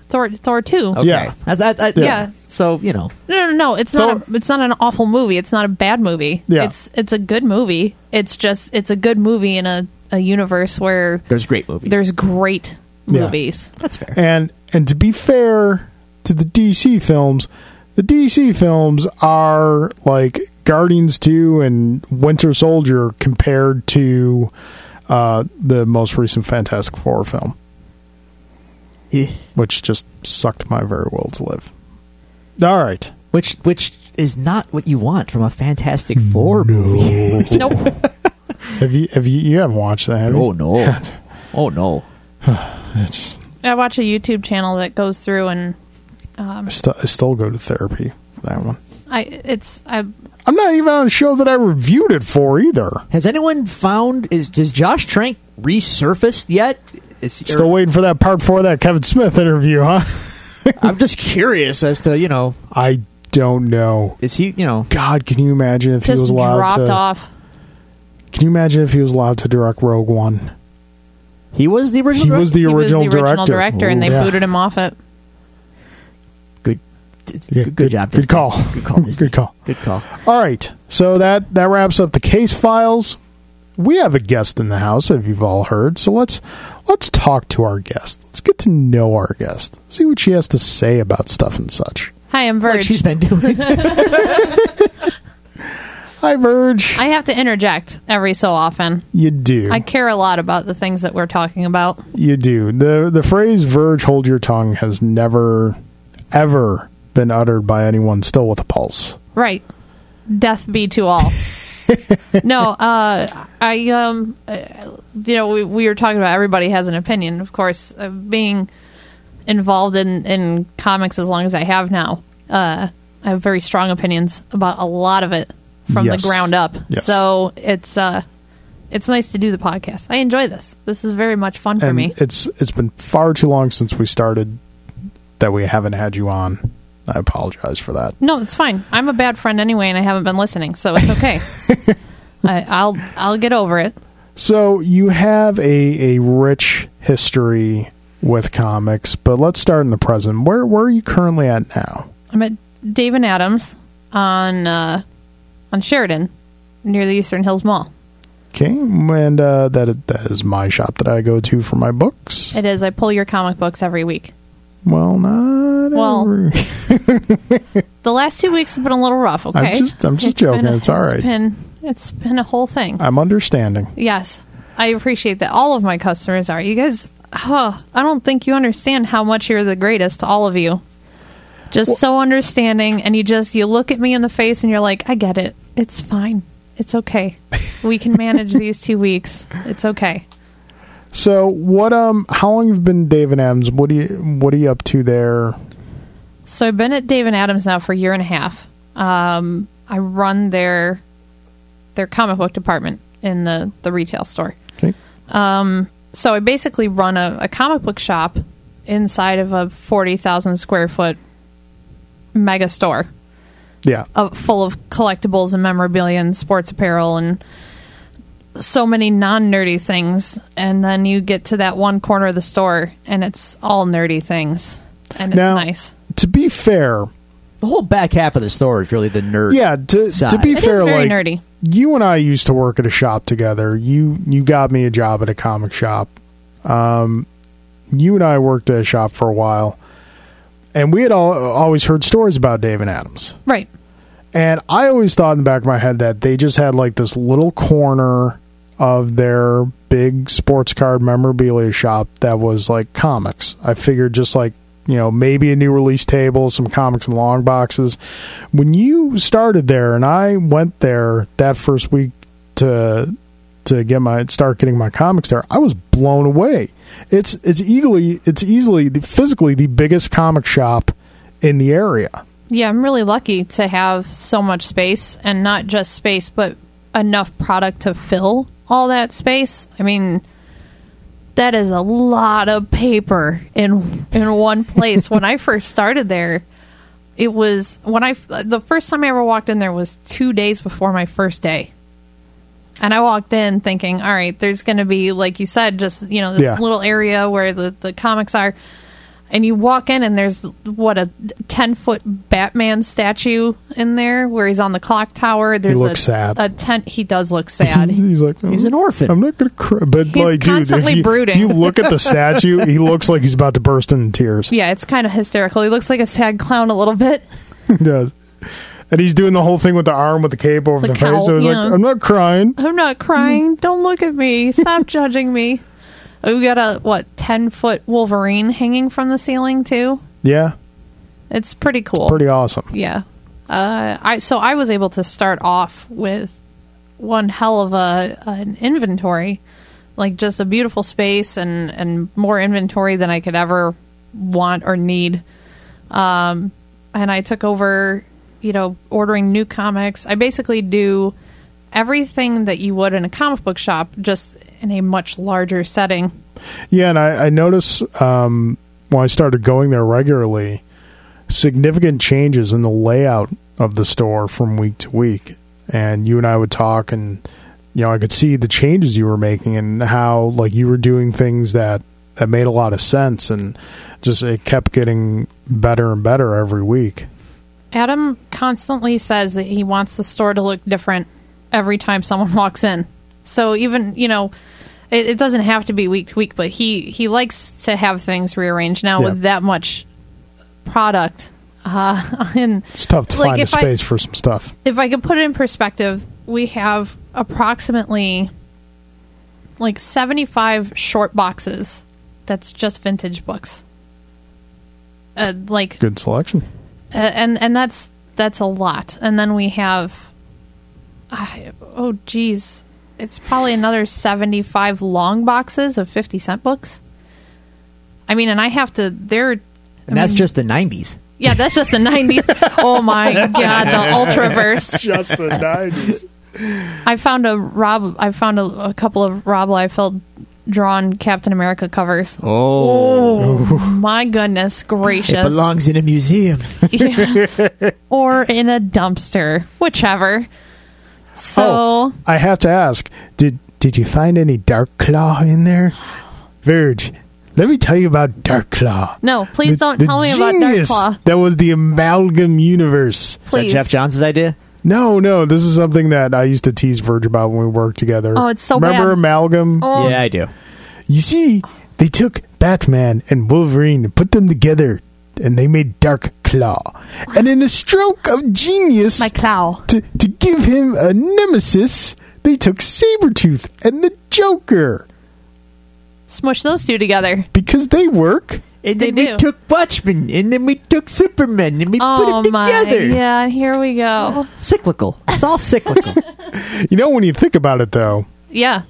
Thor, Thor two. Okay. Yeah. That's- I- I- Yeah. Yeah. So you know, No, no, no. It's not. A, it's not an awful movie. It's not a bad movie. Yeah. It's it's a good movie. It's just it's a good movie in a, a universe where there's great movies. there's great Yeah. movies. that's fair. And and to be fair to the DC films, the DC films are like Guardians 2 and Winter Soldier compared to uh, the most recent Fantastic Four film, Eh. which just sucked my very will to live. All right. which which is not what you want from a Fantastic Four movie. Nope. Have you have you you haven't watched that? Have you? Oh no. Oh no. It's, I watch a YouTube channel that goes through and I, st- I still go to therapy for that one. I it's I I'm not even on a show that I reviewed it for either. Has anyone found is does Josh Trank resurfaced yet? Is, Still waiting for that part four of that Kevin Smith interview, huh? I'm just curious as to you know I don't know. is he you know God, can you imagine if he just was allowed dropped to? off. Can you imagine if he was allowed to direct Rogue One? he was the original He was the He original, was the original director, director, and they Ooh, yeah. booted him off it. good Yeah, good, good- job good Disney. call. good call Disney. Good call. good call All right, so that that wraps up the case files. We have a guest in the house, if you've all heard. So let's let's talk to our guest. Let's get to know our guest. See what she has to say about stuff and such. Hi, I'm like Verge. she's been doing Hi, Verge. I have to interject every so often. you do. I care a lot about the things that we're talking about. You do. The the phrase verge hold your tongue has never ever been uttered by anyone still with a pulse. Right. Death be to all. no, uh, I, um, uh, you know, we, we were talking about everybody has an opinion. Of course, uh, being involved in, in comics as long as I have now, uh, I have very strong opinions about a lot of it from Yes. the ground up. Yes. So it's, uh, it's nice to do the podcast. I enjoy this. This is very much fun for and me. it's it's been far too long since we started that we haven't had you on. I apologize for that. No, it's fine. I'm a bad friend anyway, and I haven't been listening, so it's okay. I, I'll I'll get over it. So you have a, a rich history with comics, but let's start in the present. Where where are you currently at now? I'm at Dave and Adams on uh, on Sheridan near the Eastern Hills Mall. Okay, and uh, that that is my shop that I go to for my books. It is. I pull your comic books every week. Well, not Well, every- The last two weeks have been a little rough. Okay, just- I'm just been- joking. It's all right. Been, it's been a whole thing. I'm understanding. Yes, I appreciate that. All of my customers are. You guys, huh, I don't think you understand how much you're the greatest. All of you, just so understanding, and you just you look at me in the face, and you're like, I get it. It's fine. It's okay. We can manage these two weeks. It's okay. So what um how long you've been Dave and Adams? What do you what are you up to there? So I've been at Dave and Adams now for a year and a half. Um, I run their their comic book department in the the retail store. Um, Okay. so I basically run a, a comic book shop inside of a 40,000 square foot mega store Yeah. uh, full of collectibles and memorabilia and sports apparel and so many non nerdy things. And then you get to that one corner of the store and it's all nerdy things. And it's Now- nice. To be fair, the whole back half of the store is really the nerd yeah, to Side. to be It is fair very like nerdy. you and I used to work at a shop together. You you got me a job at a comic shop. Um you and I worked at a shop for a while. And we had all, always heard stories about Dave and Adams. Right. And I always thought in the back of my head that they just had like this little corner of their big sports card memorabilia shop that was like comics. I figured just like, you know, maybe a new release table, some comics and long boxes. When you started there and I went there that first week to to get my start getting my comics there, I was blown away. It's it's easily it's easily physically the biggest comic shop in the area. Yeah, I'm really lucky to have so much space and not just space, but enough product to fill all that space. I mean, that is a lot of paper in in one place. when I first started there, it was when I the first time I ever walked in there was two days before my first day, and I walked in thinking, all right, there's going to be like you said, just you know this Yeah. little area where the the comics are, and you walk in and there's what a ten foot Batman statue in there where he's on the clock tower. There's looks a, sad. a tent. He does look sad. He's like "Oh, He's an orphan. I'm not gonna cry, but He's like, dude, if constantly you, brooding. if you look at the statue, he looks like he's about to burst into tears. yeah, it's kind of hysterical. He looks like a sad clown a little bit. He does, and he's doing the whole thing with the arm with the cape over The the, cowl, face. So he's yeah. like, I'm not crying. I'm not crying. Don't look at me. Stop judging me. We Mm. got a what ten foot Wolverine hanging from the ceiling too. Yeah, It's pretty cool. pretty awesome. yeah. Uh, I so I was able to start off with one hell of a an inventory, like just a beautiful space and and more inventory than I could ever want or need. Um, and I took over, you know, ordering new comics. I basically do everything that you would in a comic book shop, just in a much larger setting. Yeah, and I, I notice um, when I started going there regularly, significant changes in the layout of the store from week to week. And you and I would talk, and you know, I could see the changes you were making and how like you were doing things that that made a lot of sense, and just it kept getting better and better every week. Adam constantly says that he wants the store to look different every time someone walks in. So even you know, it, it doesn't have to be week to week, but he he likes to have things rearranged. Now Yeah. with that much product, uh, and It's tough to Like, find a if I- space for some stuff. if I could put it in perspective, we have approximately like seventy five short boxes. That's just vintage books. Uh, like Good selection. uh, and and that's that's a lot. And then we have, I oh geez, it's probably another seventy-five long boxes of fifty-cent books. I mean, and I have to. They're and that's just the 90s. yeah, that's just the nineties. oh my god, the ultraverse. Just the nineties. I found a Rob. I found a, a couple of Rob Liefeld drawn Captain America covers. Oh. Oh my goodness gracious! It belongs in a museum. Yes. or in a dumpster, whichever. So Oh, I have to ask did did you find any Dark Claw in there, Verge? Let me tell you about Dark Claw. no, please The- don't the tell me about Dark genius Claw. That was the amalgam universe. Is that Please. Jeff Johns' idea? No, no, this is something that I used to tease Verge about when we worked together. Oh, it's so remember bad. amalgam. Oh. Yeah, I do. You see, they took Batman and Wolverine and put them together, and they made Dark Claw. And in a stroke of genius, My clow. to, to give him a nemesis, they took Sabretooth and the Joker Smush those two together. because they work. And They then do. we took Watchmen, and then we took Superman, and we Oh put them my. together. Yeah, here we go. Cyclical. It's all cyclical. You know, when you think about it, though, Yeah.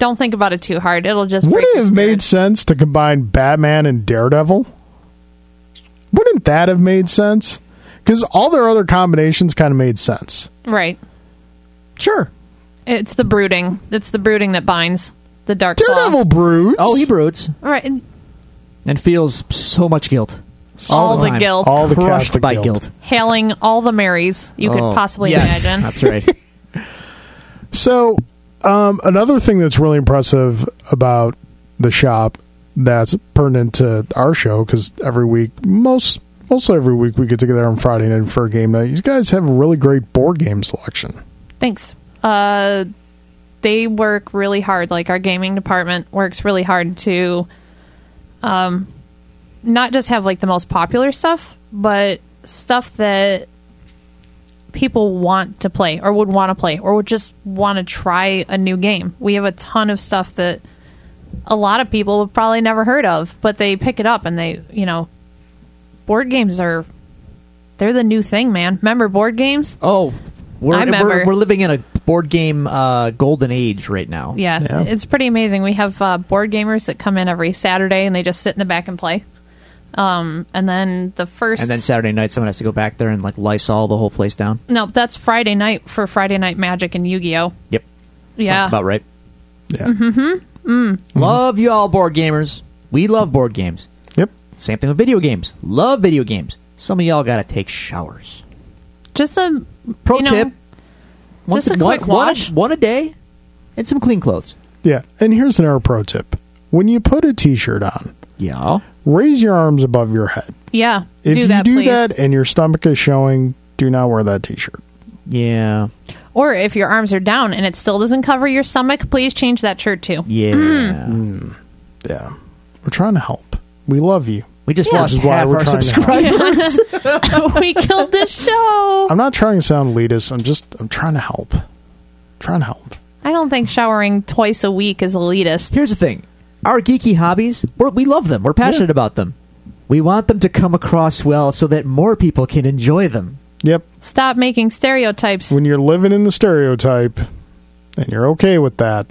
Don't think about it too hard. It'll just break wouldn't it your have made spirit. sense to combine Batman and Daredevil? Wouldn't that have made sense? Because all their other combinations kind of made sense. right. sure. It's the brooding. It's the brooding that binds the dark Claw. Daredevil broods. Oh, he broods All right. and and feels so much guilt. All, the, time. guilt. All the Crushed Catholic by guilt. guilt. hailing all the Marys you Oh, could possibly yes, imagine. That's right. So, um, another thing that's really impressive about the shop that's pertinent to our show because every week, most also every week, we get together on Friday night for a game night. You guys have a really great board game selection. Thanks. Uh, they work really hard. Like our gaming department works really hard to, um, not just have like the most popular stuff, but stuff that people want to play or would want to play or would just want to try a new game. We have a ton of stuff that a lot of people have probably never heard of, but they pick it up and they, you know, board games are they're the new thing, man. Remember board games? Oh, I we're, remember. we're, we're living in a board game uh, golden age right now. Yeah, Yeah. it's pretty amazing. We have uh, board gamers that come in every Saturday and they just sit in the back and play. Um, and then the first, And then Saturday night, someone has to go back there and like Lysol the whole place down. no, that's Friday night for Friday night Magic and Yu Gi Oh. Yep. Yeah, Sounds about right. Yeah. Mm-hmm. Mm-hmm. Love you all, board gamers. We love board games. Yep. Same thing with video games. Love video games. Some of y'all got to take showers. Just a Pro you know, tip: once just a one- quick one- wash. one a day, and some clean clothes. Yeah. And here's another pro tip when you put a t shirt on, Yeah. raise your arms above your head. Yeah, If do you that, do please. that and your stomach is showing, do not wear that t shirt. Yeah. Or if your arms are down and it still doesn't cover your stomach, please change that shirt too. Yeah. Mm. Yeah. We're trying to help. We love you. We just Yeah. lost Which is why half we're our trying to help. subscribers. we killed the show. I'm not trying to sound elitist. I'm just, I'm trying to help. Trying to help. I don't think showering twice a week is elitist. Here's the thing: our geeky hobbies, we're, we love them. We're passionate about them. We want them to come across well so that more people can enjoy them. Yep. Stop making stereotypes. When you're living in the stereotype and you're okay with that,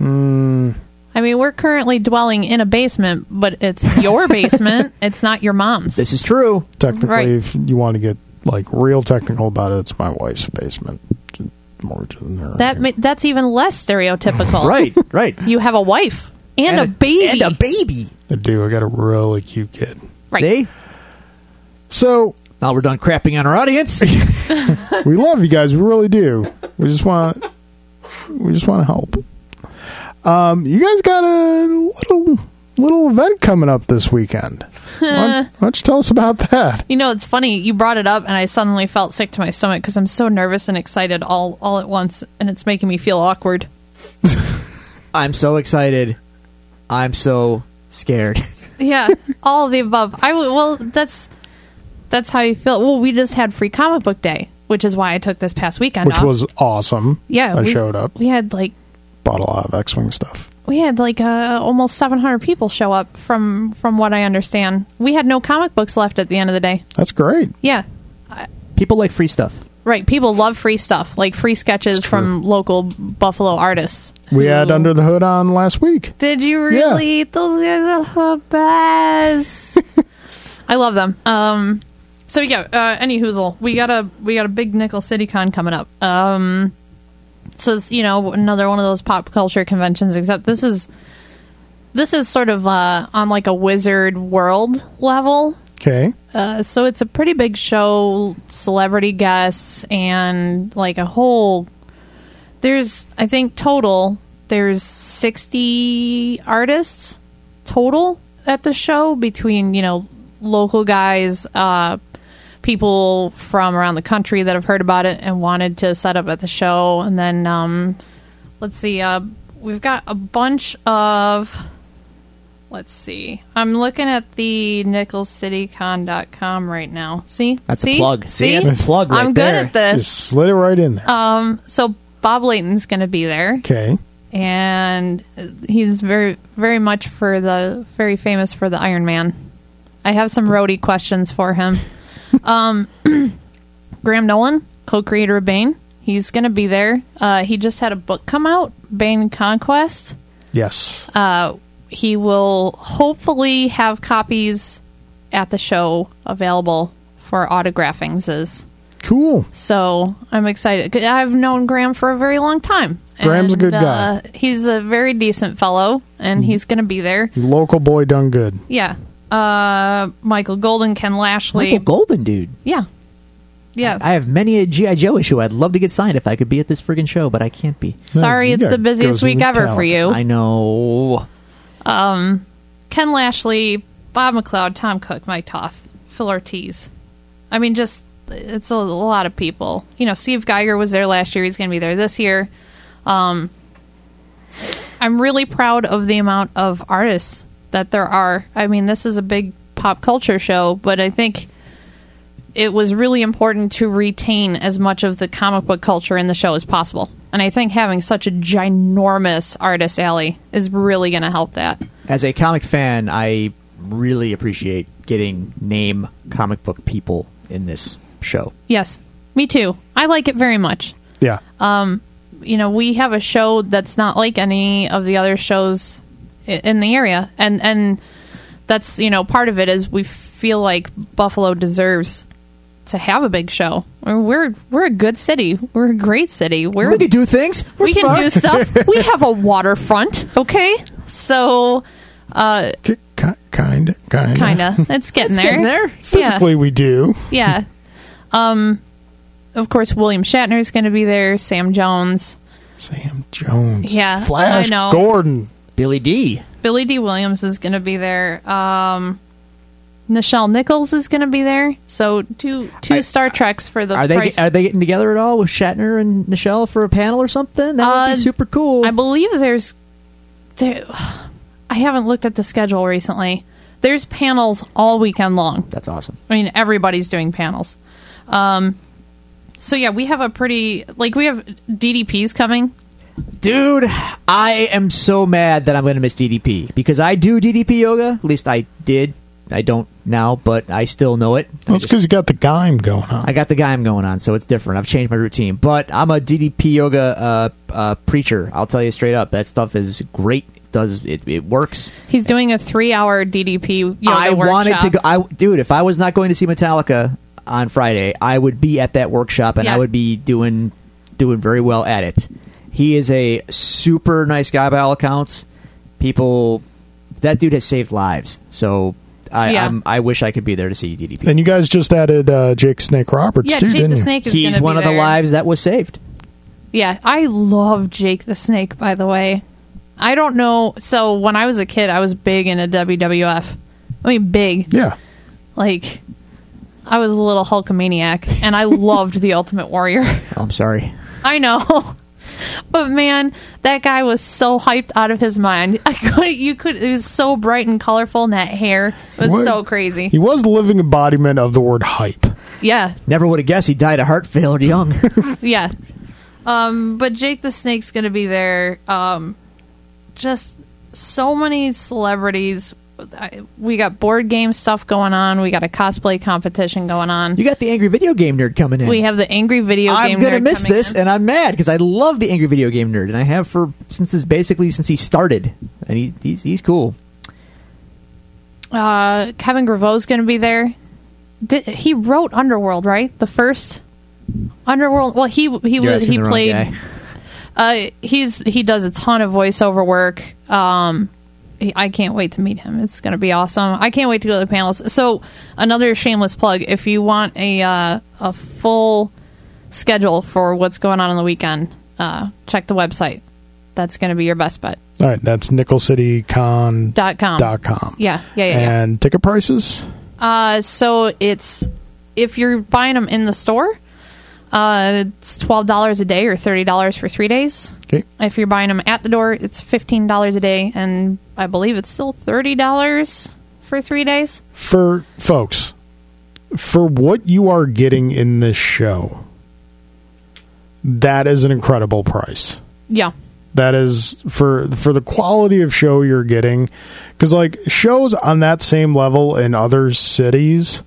I mean, we're currently dwelling in a basement, but it's your basement. it's not your mom's. This is true. technically, Right. if you want to get like real technical about it, it's my wife's basement. More to the nerve. that ma- that's even less stereotypical. Right. Right. You have a wife and, a, baby. And a baby. I do. I got a really cute kid. Right. See? So Now we're done crapping on our audience. we love you guys. We really do. We just want. We just want to help. Um, you guys got a little little event coming up this weekend. why, why don't you tell us about that? You know, it's funny. You brought it up, and I suddenly felt sick to my stomach because I'm so nervous and excited all all at once, and it's making me feel awkward. I'm so excited. I'm so scared. Yeah, all of the above. I w- well, that's that's how you feel. Well, we just had free comic book day, which is why I took this past weekend. Which off. was awesome. yeah, I we- showed up. We had like Bought a lot of X-wing stuff. we had like uh, almost 700 people show up from from what I understand. We had no comic books left at the end of the day. That's great. Yeah, People like free stuff. right. People love free stuff, like free sketches true. from local Buffalo artists. We who- had Under the Hood on last week. Did you Yeah. really? Those guys are the best. I love them. Um, so yeah, uh, any hoozle. We got a we got a big Nickel City Con coming up. Um, so it's you know another one of those pop culture conventions, except this is this is sort of uh, on like a Wizard World level. Okay. Uh, so it's a pretty big show, celebrity guests, and like a whole. There's, I think, total there's 60 artists total at the show between you know local guys, uh, people from around the country that have heard about it and wanted to set up at the show, and then um, let's see, uh, we've got a bunch of let's see. I'm looking at the nickelcitycon.com right now. See? That's a See? plug. See, that's a plug right I'm there. good at this. Just slid it right in there. Um, so Bob Layton's going to be there, Okay. and he's very, very much for the very famous for the Iron Man. I have some roadie questions for him. um, Graham Nolan, co-creator of Bane, he's going to be there. Uh, he just had a book come out, Bane Conquest Yes. uh, he will hopefully have copies at the show available for autographings. cool. So I'm excited. I've known Graham for a very long time. Graham's a good Mm-hmm. uh, he's a very decent fellow, and he's going to be there. Local boy done good. Yeah. Uh, Michael Golden, Ken Lashley. Michael Golden, dude. yeah. Yeah. I have many a G.I. Joe issue I'd love to get signed if I could be at this friggin' show, but I can't be. Sorry, you it's got- the busiest goes week with ever for talent. you. I know. Ken Lashley, Bob McLeod, Tom Cook, Mike Toth, Phil Ortiz. I mean, just it's a, lot of people. You know, Steve Geiger was there last year. He's going to be there this year. Um, I'm really proud of the amount of artists that there are. I mean, this is a big pop culture show, but I think it was really important to retain as much of the comic book culture in the show as possible. And I think having such a ginormous artist alley is really going to help that. As a comic fan, I really appreciate getting name comic book people in this show. Yes, me too. I like it very much. Yeah. uh, You know, we have a show that's not like any of the other shows i- in the area, and and that's you know part of it is we feel like Buffalo deserves to have a big show. We're- We're we're a good city. We're a great city. We're We can do things. We're we can smart. do stuff. we have a waterfront. Okay, so Can, can, Kind, kind, Kinda. It's getting there. Getting there. Physically, we do. Yeah. yeah. Um, of course, William Shatner is going to be there. Sam Jones. Sam Jones. Yeah, Flash I know. Gordon. Billy D. Billy D. Williams is going to be there. Um, Nichelle Nichols is going to be there. So two two I- Star Treks for the Are they price. are they getting together at all with Shatner and Nichelle for a panel or something? That would Uh, be super cool. I believe there's there, I haven't looked at the schedule recently. There's panels all weekend long. That's awesome. I mean, everybody's doing panels. Um, so yeah, we have a pretty like we have DDPs coming. Dude, I am so mad that I'm going to miss DDP because I do DDP yoga. At least I did. I don't now, but I still know it. I, That's just- because you got the gime going on. I got the guy I'm going on, so it's different. I've changed my routine, but I'm a DDP yoga uh, uh, preacher. I'll tell you straight up, that stuff is great. It Does it? It works. He's doing a three-hour DDP yoga I wanted to workshop. go. I dude, if I was not going to see Metallica on Friday, I would be at that workshop and Yeah. I would be doing doing very well at it. He is a super nice guy by all accounts. People, that dude has saved lives. So I Yeah. I'm, I wish I could be there to see DDP. And you guys just added uh, Jake Snake Roberts Yeah, too, Jake didn't the you? Snake is going He's to be one of the there. lives that was saved. Yeah, I love Jake the Snake. By the way, I don't know. So when I was a kid, I was big into WWF. I mean, big. Yeah. Like, I was a little Hulkamaniac, and I loved the Ultimate Warrior. Oh, I'm sorry. I know, but man, that guy was so hyped out of his mind. I could, you could. It was so bright and colorful, and that hair was What? so crazy. He was the living embodiment of the word hype. Yeah, Never would have guessed he died of heart failure young. yeah. Um, but Jake the Snake's gonna be there. Um, just so many celebrities. I, we got board game stuff going on. We got a cosplay competition going on. you got the angry video game nerd coming in. we have the angry video game. I'm gonna nerd miss coming this, in. and I'm mad because I love the angry video game nerd, and I have for since his basically since he started, and he, he's he's cool. uh, Kevin Graveau's going to be there. Did, he wrote Underworld, right? The first Underworld. Well, he he You're was asking he the wrong played. guy. Uh, he's he does a ton of voiceover work. Um, he- I can't wait to meet him. It's going to be awesome. I can't wait to go to the panels. So another shameless plug: if you want a uh, a full schedule for what's going on on the weekend, uh, check the website. That's going to be your best bet. All right, that's nickelcitycon.com. Dot com. Yeah, yeah, yeah. yeah. And ticket prices? Uh, so it's if you're buying them in the store, uh, it's twelve dollars a day or thirty dollars for three days. Okay. If you're buying them at the door, it's fifteen dollars a day, and I believe it's still thirty dollars for three days. For folks, for what you are getting in this show, that is an incredible price. Yeah, that is for for the quality of show you're getting because like shows on that same level in other cities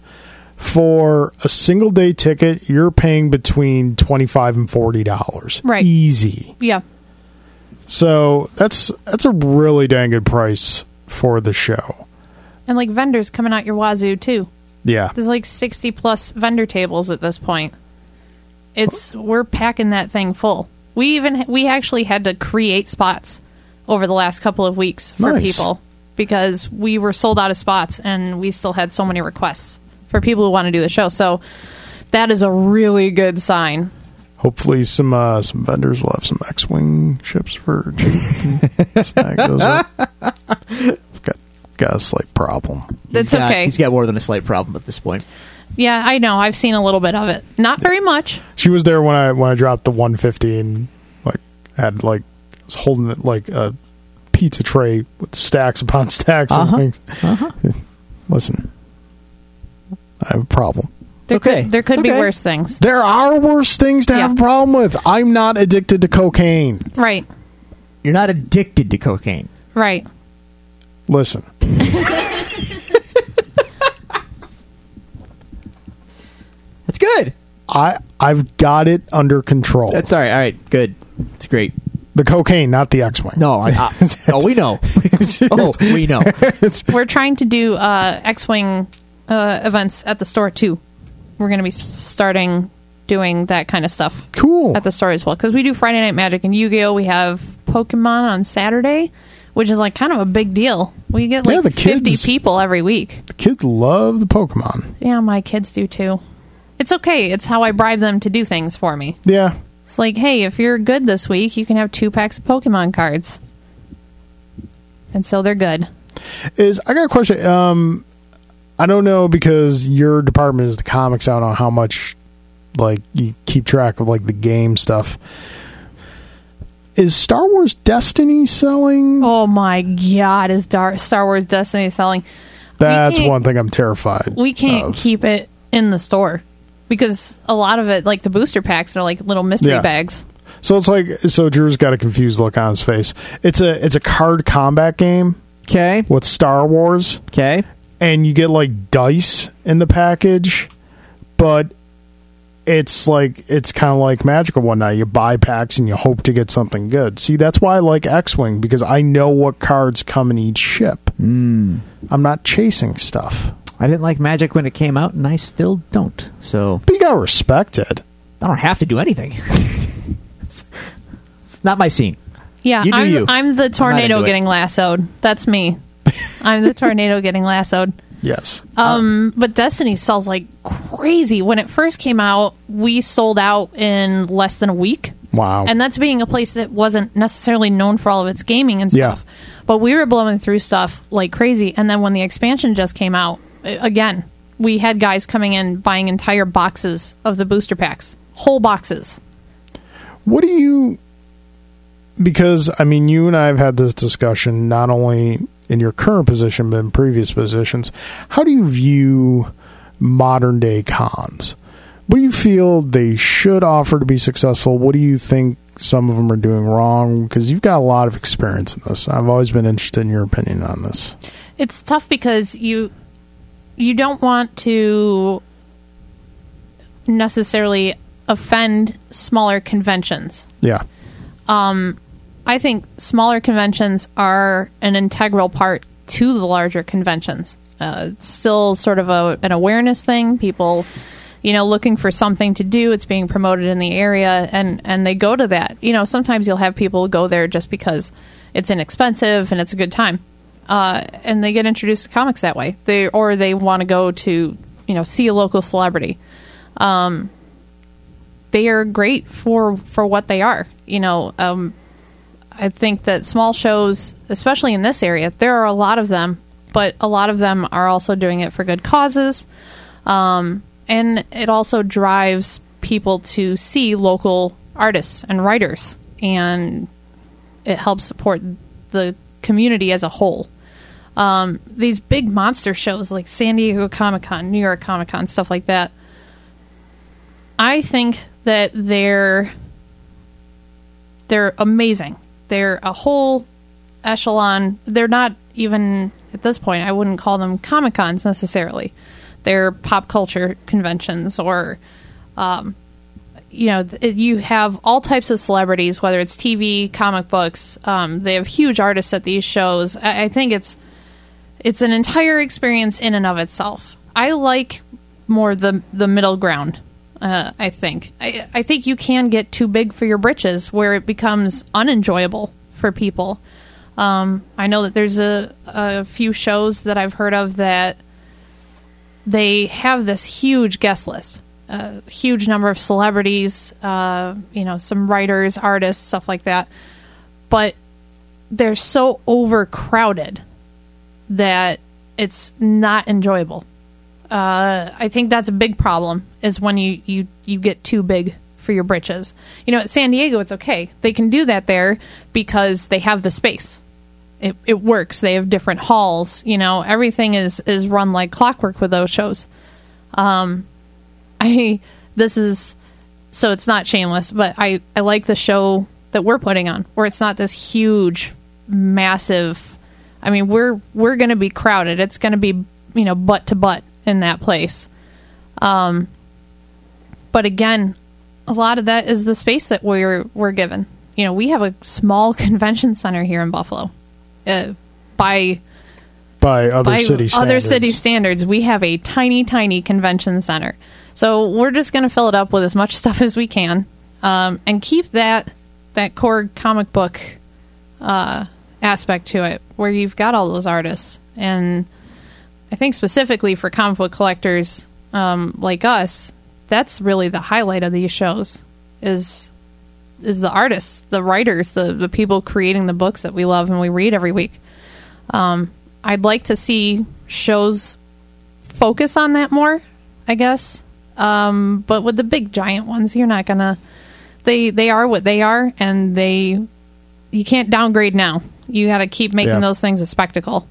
for a single day ticket you're paying between 25 and 40 dollars Right. easy yeah, so that's that's a really dang good price for the show and like vendors coming out your wazoo too. yeah There's like sixty plus vendor tables at this point. It's we're packing that thing full. We even we actually had to create spots over the last couple of weeks for Nice. people because we were sold out of spots and we still had so many requests for people who want to do the show. So that is a really good sign. hopefully some uh some vendors will have some x-wing ships for cheap snag those up got got a slight problem That's He's got- okay. He's got more than a slight problem at this point. yeah, I know. I've seen a little bit of it. Not very much. She was there when I when I dropped the 150 and like had like was holding it like a pizza tray with stacks upon stacks Uh-huh. and things. Listen, I have a problem. There okay. could there could It's be okay. worse things. There are worse things to have a Yeah. problem with. I'm not addicted to cocaine. Right. You're not addicted to cocaine. Right. Listen, That's good. I I've got it under control. That's all right. All right. Good. It's great. the cocaine, not the X-wing. No, I, I, oh, we know. oh, we know. We're trying to do uh, X-wing uh, events at the store too. We're going to be s- starting doing that kind of stuff cool. at the store as well because we do Friday Night Magic and Yu-Gi-Oh. We have Pokemon on Saturday. which is like kind of a big deal. We get like Yeah, the 50 kids- people every week. The kids love the Pokemon. Yeah, my kids do too. It's okay. It's how I bribe them to do things for me. Yeah. It's like, hey, if you're good this week, you can have two packs of Pokemon cards. And so they're good. Is I got a question. Um, I don't know because your department is the comics. I don't know how much like you keep track of like the game stuff. Is Star Wars Destiny selling? Oh my god, is Dar- Star Wars Destiny selling? That's can't- one thing I'm terrified. We can't Oh. of. keep it in the store because a lot of it, like the booster packs, are like little mystery Yeah. bags. So it's like so Drew's got a confused look on his face. It's a it's a card combat game Okay. with Star Wars. Okay. and you get like dice in the package, but it's like it's kind of like magical one night. You buy packs and you hope to get something good. See, that's why I like X Wing because I know what cards come in each ship. I'm not chasing stuff. I didn't like Magic when it came out, and I still don't. So But you gotta respect it. I don't have to do anything. it's not my scene. Yeah, You do I'm, you. I'm the tornado into it. getting lassoed. That's me. I'm the tornado getting lassoed. Yes. Oh. Um, but Destiny sells like crazy. When it first came out, we sold out in less than a week. Wow. And that's being a place that wasn't necessarily known for all of its gaming and Yeah. stuff. But we were blowing through stuff like crazy. And then when the expansion just came out, i- again, we had guys coming in buying entire boxes of the booster packs, whole boxes. What do you? Because I mean, you and I have had this discussion not only in your current position but in previous positions. How do you view modern day cons? What do you feel they should offer to be successful? What do you think some of them are doing wrong? Because you've got a lot of experience in this. I've always been interested in your opinion on this. it's tough because you you don't want to necessarily offend smaller conventions. Yeah, I think smaller conventions are an integral part to the larger conventions. Uh, it's still sort of a, an awareness thing. People, you know, looking for something to do. It's being promoted in the area, and and they go to that. You know, sometimes you'll have people go there just because it's inexpensive and it's a good time, uh, and they get introduced to comics that way. They or they want to go to you know see a local celebrity Um, they are great for for what they are. You know, um, I think that small shows, especially in this area, there are a lot of them, but a lot of them are also doing it for good causes, um, and it also drives people to see local artists and writers, and it helps support the community as a whole. Um, these big monster shows like San Diego Comic Con, New York Comic Con, stuff like that. I think that they're they're amazing. They're a whole echelon. They're not even at this point. I wouldn't call them comic cons necessarily. They're pop culture conventions, or um, you know, th- you have all types of celebrities, whether it's TV, comic books. Um, they have huge artists at these shows. I, I think it's it's an entire experience in and of itself. I like more the the middle ground. Uh, I think I, I think you can get too big for your britches where it becomes unenjoyable for people. Um, I know that there's a, a few shows that I've heard of that they have this huge guest list, a huge number of celebrities, uh, you know, some writers, artists, stuff like that. But they're so overcrowded that it's not enjoyable. Uh, I think that's a big problem is when you, you, you get too big for your britches. You know, at San Diego, it's okay. They can do that there because they have the space. It, it works. They have different halls. You know, everything is, is run like clockwork with those shows. Um, I this is so it's not shameless, but I I like the show that we're putting on where it's not this huge, massive. I mean, we're we're going to be crowded. It's going to be you know butt to butt in that place. Um, but again, a lot of that is the space that we're we're given. You know, we have a small convention center here in Buffalo. Uh, by by other by city other standards. city standards, we have a tiny, tiny convention center. So we're just going to fill it up with as much stuff as we can um, and keep that that core comic book uh, aspect to it where you've got all those artists and i think specifically for comic book collectors um, like us that's really the highlight of these shows is is the artists the writers the, the people creating the books that we love and we read every week um, i'd like to see shows focus on that more i guess um, but with the big giant ones you're not gonna they they are what they are and they you can't downgrade now you got to keep making Yeah. those things a spectacle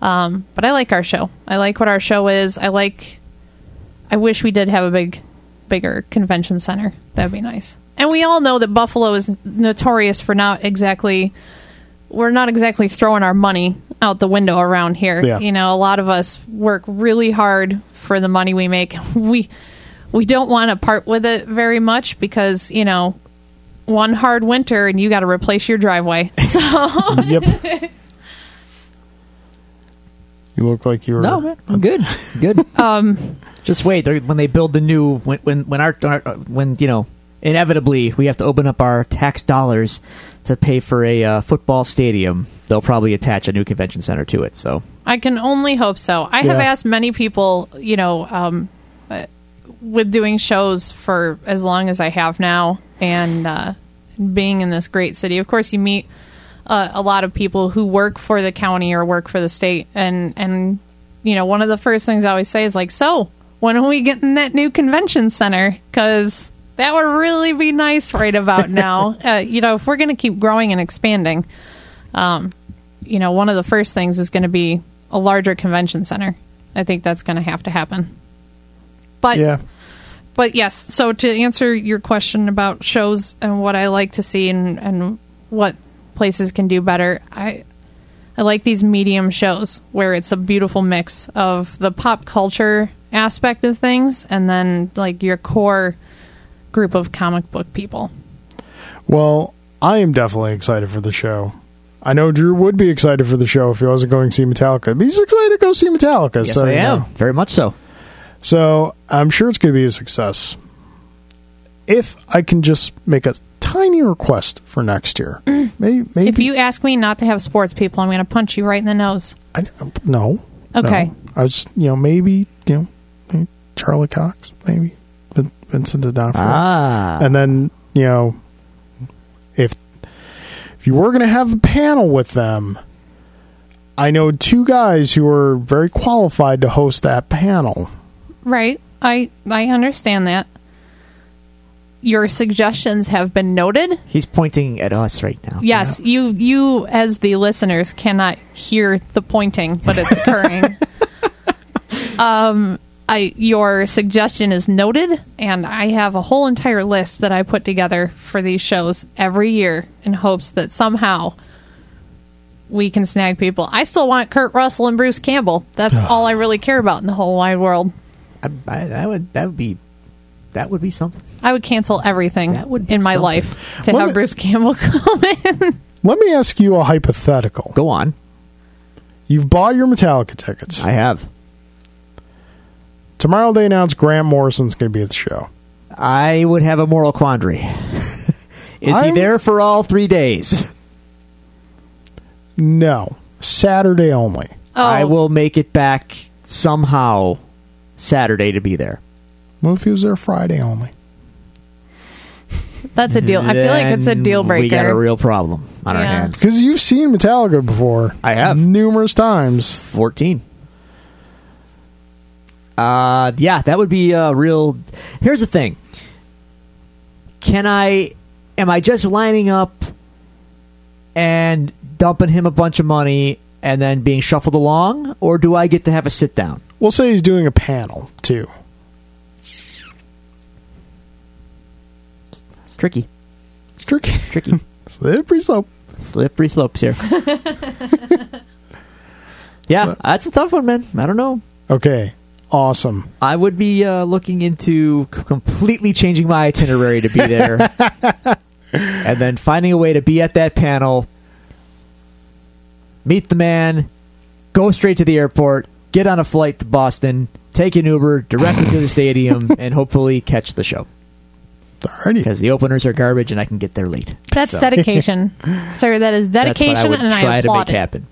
um, but i like our show i like what our show is i like i wish we did have a big bigger convention center that'd be nice and we all know that buffalo is notorious for not exactly we're not exactly throwing our money out the window around here Yeah. you know a lot of us work really hard for the money we make we we don't want to part with it very much because you know one hard winter and you got to replace your driveway so yep. You look like you were. No, man, I'm good. Good. um, just wait. they're- When they build the new, when when when our, our when you know, inevitably we have to open up our tax dollars to pay for a uh, football stadium. They'll probably attach a new convention center to it. So I can only hope so. I have Yeah. asked many people, you know, um, uh, with doing shows for as long as I have now and uh, being in this great city. Of course, you meet uh, a lot of people who work for the county or work for the state, and and you know, one of the first things I always say is like, "So, when are we getting that new convention center?" Because that would really be nice right about now. uh, you know, if we're going to keep growing and expanding Um, you know, one of the first things is going to be a larger convention center. I think that's going to have to happen. But Yeah. but yes, so to answer your question about shows and what I like to see and and what places can do better, I I like these medium shows where it's a beautiful mix of the pop culture aspect of things and then like your core group of comic book people. Well, I am definitely excited for the show. I know Drew would be excited for the show if he wasn't going to see Metallica. But he's excited to go see Metallica. yes, so I you am know. very much so. So I'm sure it's going to be a success. If I can just make a tiny request for next year, Mm. maybe. maybe If you ask me not to have sports people, I'm going to punch you right in the nose. I, um, no. Okay. no. I was, you know, maybe you know, maybe Charlie Cox, maybe Vin- Vincent D'Onofrio, Ah, and then you know, if if you were going to have a panel with them, I know two guys who are very qualified to host that panel. Right. I I understand that. Your suggestions have been noted. he's pointing at us right now. Yes, you you as the listeners cannot hear the pointing, but it's occurring. um I your suggestion is noted and I have a whole entire list that I put together for these shows every year in hopes that somehow we can snag people. I still want Kurt Russell and Bruce Campbell. That's all I really care about in the whole wide world. I, I, that would that would be that would be something. I would cancel everything That would be in my something. life to Well, have it- Bruce Campbell come in. Let me ask you a hypothetical. Go on. You've bought your Metallica tickets. I have. Tomorrow they announce Grant Morrison's going to be at the show. I would have a moral quandary. Is he I'm- there for all three days? No, Saturday only. Oh, I will make it back somehow Saturday to be there. What if he was there Friday only? that's a deal. I feel like it's a Then deal We got a breaker. real problem on our Yeah. hands. Because you've seen Metallica before. I have. numerous times. Fourteen. Uh, yeah, that would be a real. Here's the thing. Can I? Am I just lining up and dumping him a bunch of money and then being shuffled along, or do I get to have a sit down? We'll say he's doing a panel too. It's tricky. It's tricky, It's tricky. slippery slope. Slippery slopes here. yeah, that's a tough one, man. I don't know. Okay, awesome. I would be uh, looking into c- completely changing my itinerary to be there, and then finding a way to be at that panel, meet the man, go straight to the airport, get on a flight to Boston, take an Uber directly to the stadium, and hopefully catch the show. Alrighty. because the openers are garbage and I can get there late. That's So, dedication, sir. That is dedication, That's what I would and try I to applaud make it. happen.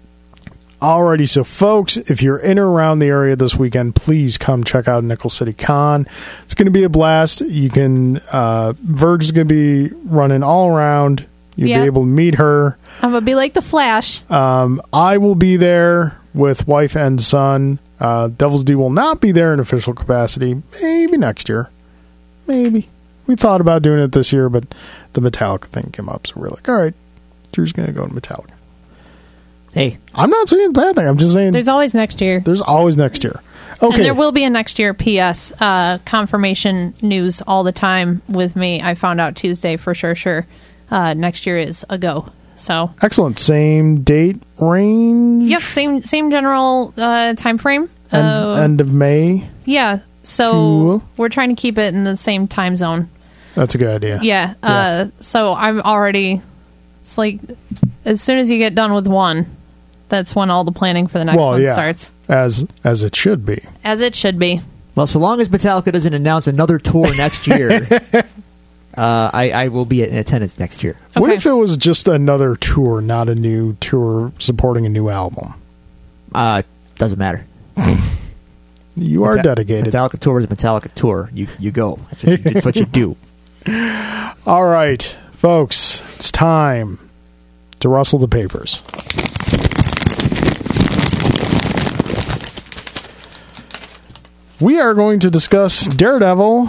Alrighty. So, folks, if you're in or around the area this weekend, please come check out Nickel City Con. It's going to be a blast. You can, uh, Verge is going to be running all around. You'll Yeah. be able to meet her. I'm gonna be like the Flash. Um, I will be there with wife and son. Uh, Devil's Due will not be there in official capacity. Maybe next year. Maybe. We thought about doing it this year, but the Metallica thing came up. So we're like, all right, Drew's going to go to Metallica. Hey, I'm not saying it's a bad thing. I'm just saying There's there's, always next year, always next year. Okay. and there will be a next year. P.S. Uh, confirmation news all the time with me. I found out Tuesday for sure. Sure, uh, next year is a go. So Excellent. Same date range. yep, same same general uh, time frame. End, uh, end of May. yeah, so Cool. we're trying to keep it in the same time zone. That's a good idea. Yeah. Uh, so I'm already. It's like as soon as you get done with one, that's when all the planning for the next Well, one yeah. starts, As as it should be. as it should be. well, so long as Metallica doesn't announce another tour next year, uh, I, I will be in attendance next year. What Okay. if it was just another tour, not a new tour supporting a new album? Uh, doesn't matter. You are Meta- dedicated. Metallica tour is a Metallica tour. You you go. That's what you, that's what you do. All right, folks, it's time to rustle the papers. We are going to discuss Daredevil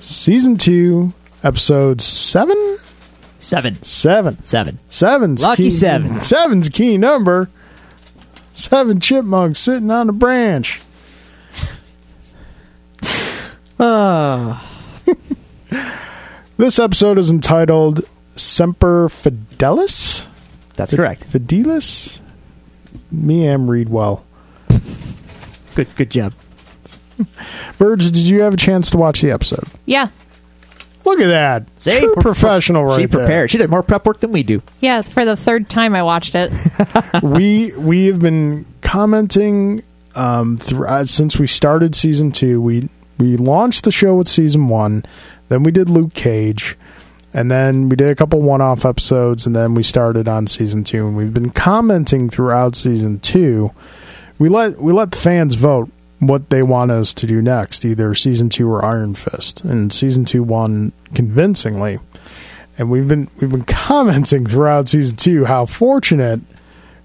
season 2 episode 7 Seven, 7 seven. Seven's Lucky key, seven. Seven's key number. Seven chipmunks sitting on a branch. Ah. Uh, This episode is entitled Semper Fidelis. That's correct. Fidelis? Me am read well. Good good job. Verge, did you have a chance to watch the episode? Yeah. Look at that. See, True pre- professional right she there. prepared. She did more prep work than we do. Yeah. For the third time, I watched it. we we have been commenting um, through, uh, since we started season two. We we launched the show with season one, then we did Luke Cage, and then we did a couple one-off episodes, and then we started on season two. And we've been commenting throughout season two. We let we let the fans vote what they want us to do next, either season two or Iron Fist. And season two won convincingly. And we've been we've been commenting throughout season two how fortunate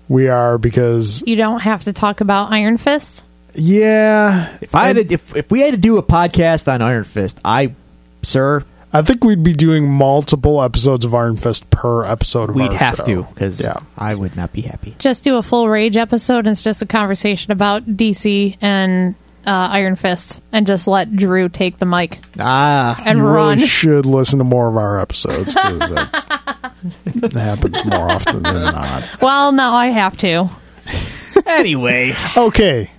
we are because you don't have to talk about Iron Fist. yeah, If I had to, if if we had to do a podcast on Iron Fist, I sir, I think we'd be doing multiple episodes of Iron Fist per episode of we'd our have show. to because yeah. I would not be happy. Just do a full rage episode. And it's just a conversation about DC and uh, Iron Fist, and just let Drew take the mic Ah, and you run. really should listen to more of our episodes because that happens more often than not. well, no, I have to. anyway, Okay.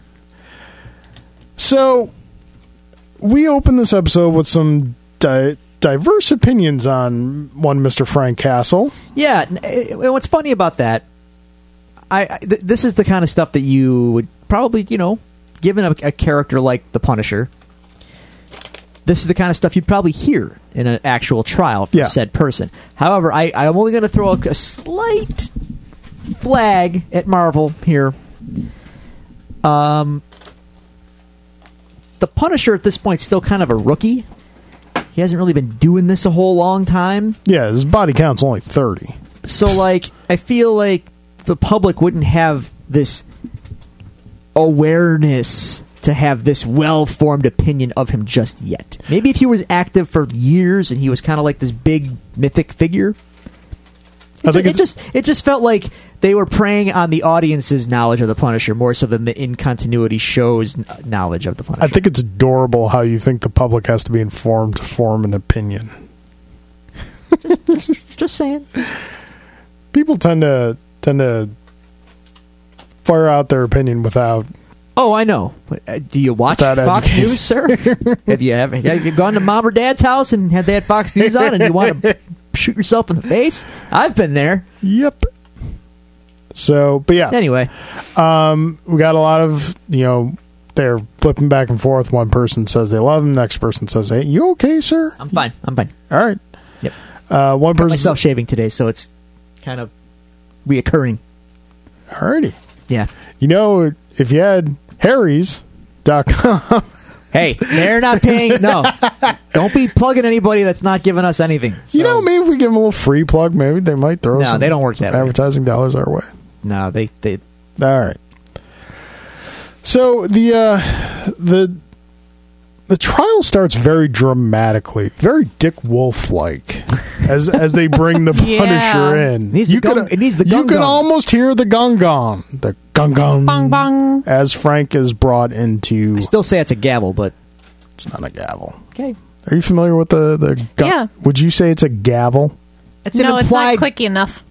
So we open this episode with some di- diverse opinions on one Mr. Frank Castle. yeah. n- eh, What's funny about that? I, I th- this is the kind of stuff that you would probably you know, given a, a character like the Punisher, this is the kind of stuff you'd probably hear in an actual trial for Yeah. said person. However, I, I'm only going to throw a, a slight flag at Marvel here. Um, the Punisher at this point is still kind of a rookie. He hasn't really been doing this a whole long time. Yeah, his body count's only 30. So like I feel like the public wouldn't have this awareness to have this well-formed opinion of him just yet. Maybe if he was active for years and he was kind of like this big mythic figure. I It, think it's- ju- it just it just felt like they were preying on the audience's knowledge of the Punisher more so than the in continuity show's kn- knowledge of the Punisher. I think it's adorable how you think the public has to be informed to form an opinion. just saying. People tend to tend to fire out their opinion without Oh, I know. But, uh, do you watch Without Fox education. News, sir? have you ever have you gone to mom or dad's house and had they had Fox News on and you want to shoot yourself in the face? I've been there. yep. So, but yeah, um, Anyway, we got a lot of you know They're flipping back and forth. One person says they love him. Next person says, "Hey, you okay, sir?" I'm fine. I'm fine. All right. Yep. Uh, one person. Myself shaving today, so it's kind of reoccurring. All righty. Yeah. You know, if you had Harry's.com, Hey, they're not paying. No, don't be plugging anybody that's not giving us anything. you So- know, maybe if we give them a little free plug, maybe they might throw No, some, they don't work some that way. advertising dollars our way. No, they they All right. So the uh, the the trial starts very dramatically, very Dick Wolf like, as as they bring the Yeah. Punisher in. It needs the gung- it needs the you gung could gung. almost hear the gong gong, the gong gong, Bong bong. as Frank is brought into. I still say it's a gavel, but it's not a gavel. okay, Are you familiar with the the? Gong? Yeah. Would you say it's a gavel? it's No, an it's implied. not clicky enough.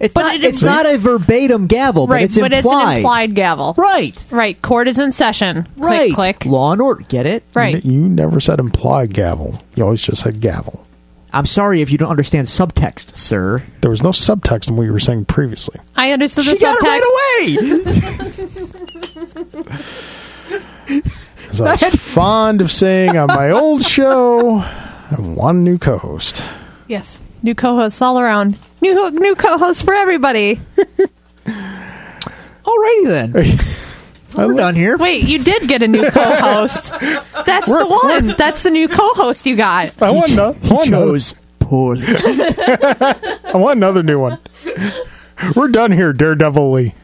it's but not, it it's impl- not a verbatim gavel, but right, it's but implied. it's an implied gavel. Right, Right, court is in session. right. Click, click. Law and order. Get it? Right. You never said implied gavel. You always just said gavel. I'm sorry if you don't understand subtext, sir. There was no subtext in what you were saying previously. I understood the she got subtext. it right away. So I was fond of saying on my old show, I want a new co-host. Yes. New co-hosts all around. New new co-hosts for everybody. Alrighty then. We're done here. Wait, you did get a new co-host. That's the one. That's the new co-host you got. I want, ano- I, want He another, chose poorly. I want another new one. We're done here, Daredevil Lee.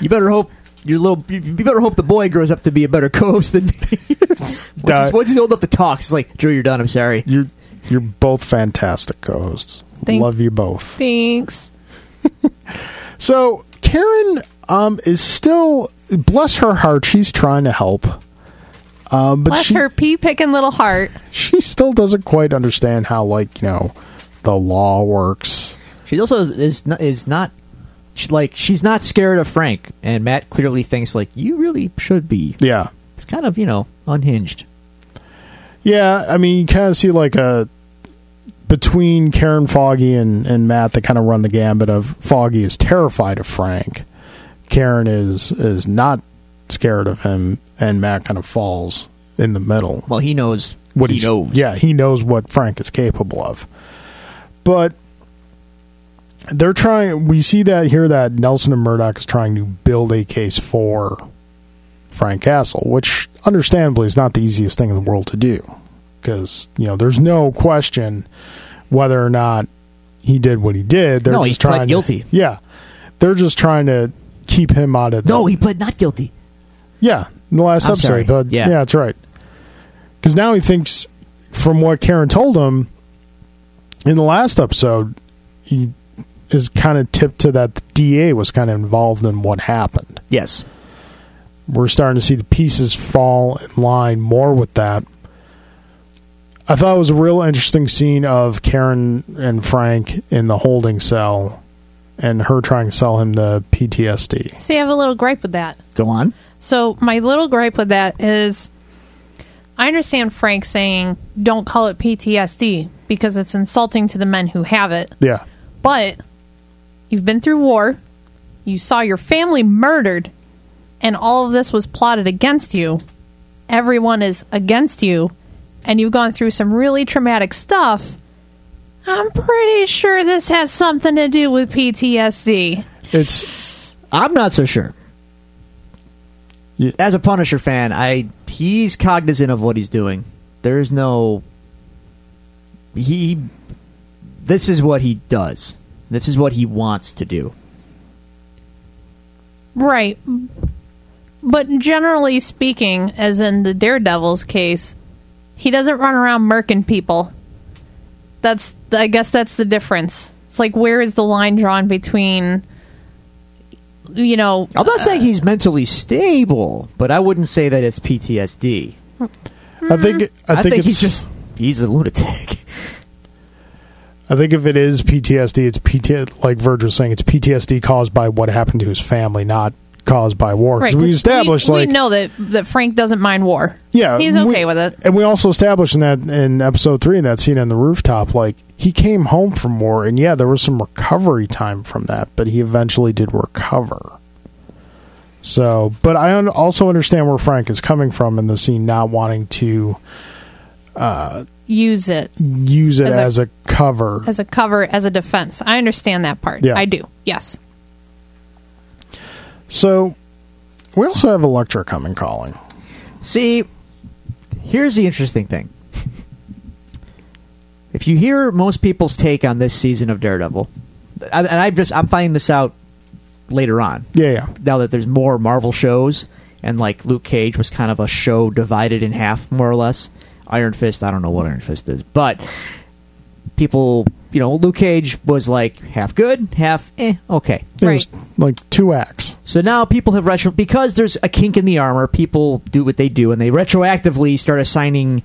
you better hope your little. You you better hope the boy grows up to be a better co-host than me. once, That- he's, once he's old enough to talk, it's like Drew, you're done. I'm sorry. You're you're both fantastic co-hosts. Thank- Love you both. Thanks. So Karen um, is still bless her heart. She's trying to help, um, but Bless she her pea picking little heart. she still doesn't quite understand how like you know the law works. She also is- is not, is not she, like she's not scared of Frank, and Matt clearly thinks like you really should be. Yeah, It's kind of you know unhinged. Yeah, I mean, you kind of see like a between Karen Foggy and and Matt, they kind of run the gambit of Foggy is terrified of Frank, Karen is is not scared of him, and Matt kind of falls in the middle. Well, he knows What he he's- knows. yeah, he knows what Frank is capable of, but. They're trying. We see that here that Nelson and Murdoch is trying to build a case for Frank Castle, which understandably is not the easiest thing in the world to do because you know there's no question whether or not he did what he did. They're No, he just pled trying to- guilty. yeah, they're just trying to keep him out of. The, No, he pled not guilty. yeah, in the last I'm episode, sorry. but yeah. Yeah. that's right. Because now he thinks, from what Karen told him in the last episode, he is kind of tipped to that the DA was kind of involved in what happened Yes, we're starting to see the pieces fall in line more with that. I thought it was a real interesting scene of Karen and Frank in the holding cell and her trying to sell him the PTSD. See, I have a little gripe with that. go on. So my little gripe with that is I understand Frank saying don't call it PTSD because it's insulting to the men who have it. Yeah. But you've been through war, you saw your family murdered, and all of this was plotted against you. Everyone is against you, and you've gone through some really traumatic stuff. I'm pretty sure this has something to do with PTSD. It's I'm not so sure. Yeah. As a Punisher fan, I he's cognizant of what he's doing. There's no he. This is what he does. This is what he wants to do. Right. But generally speaking, as in the Daredevil's case, he doesn't run around murking people. That's I guess that's the difference. It's like where is the line drawn between you know Oh, I'm not saying he's mentally stable, but I wouldn't say that it's PTSD. I think I I, think, think, it's he's just he's a lunatic. I think if it is PTSD, it's PT like Verge was saying, it's PTSD caused by what happened to his family, not caused by war. right, Because we 'cause established we, like know that that Frank doesn't mind war. Yeah, He's we- okay with it. And we also established in that in episode three in that scene on the rooftop, like he came home from war, and yeah, there was some recovery time from that, but he eventually did recover. So, but I un- also understand where Frank is coming from in the scene, not wanting to Use it use it as As a, a- cover. as a cover, as a defense. I understand that part. Yeah. I do. Yes. so, we also have Electra coming calling. See, here's the interesting thing. If you hear most people's take on this season of Daredevil, I- and I just I'm finding this out later on. Yeah, yeah. Now that there's more Marvel shows, and like Luke Cage was kind of a show divided in half, more or less. Iron Fist, I don't know what Iron Fist is, but people, you know, Luke Cage was like half good, half eh, okay. It Right. was like two acts. So now people have retro because there's a kink in the armor. People do what they do, and they retroactively start assigning.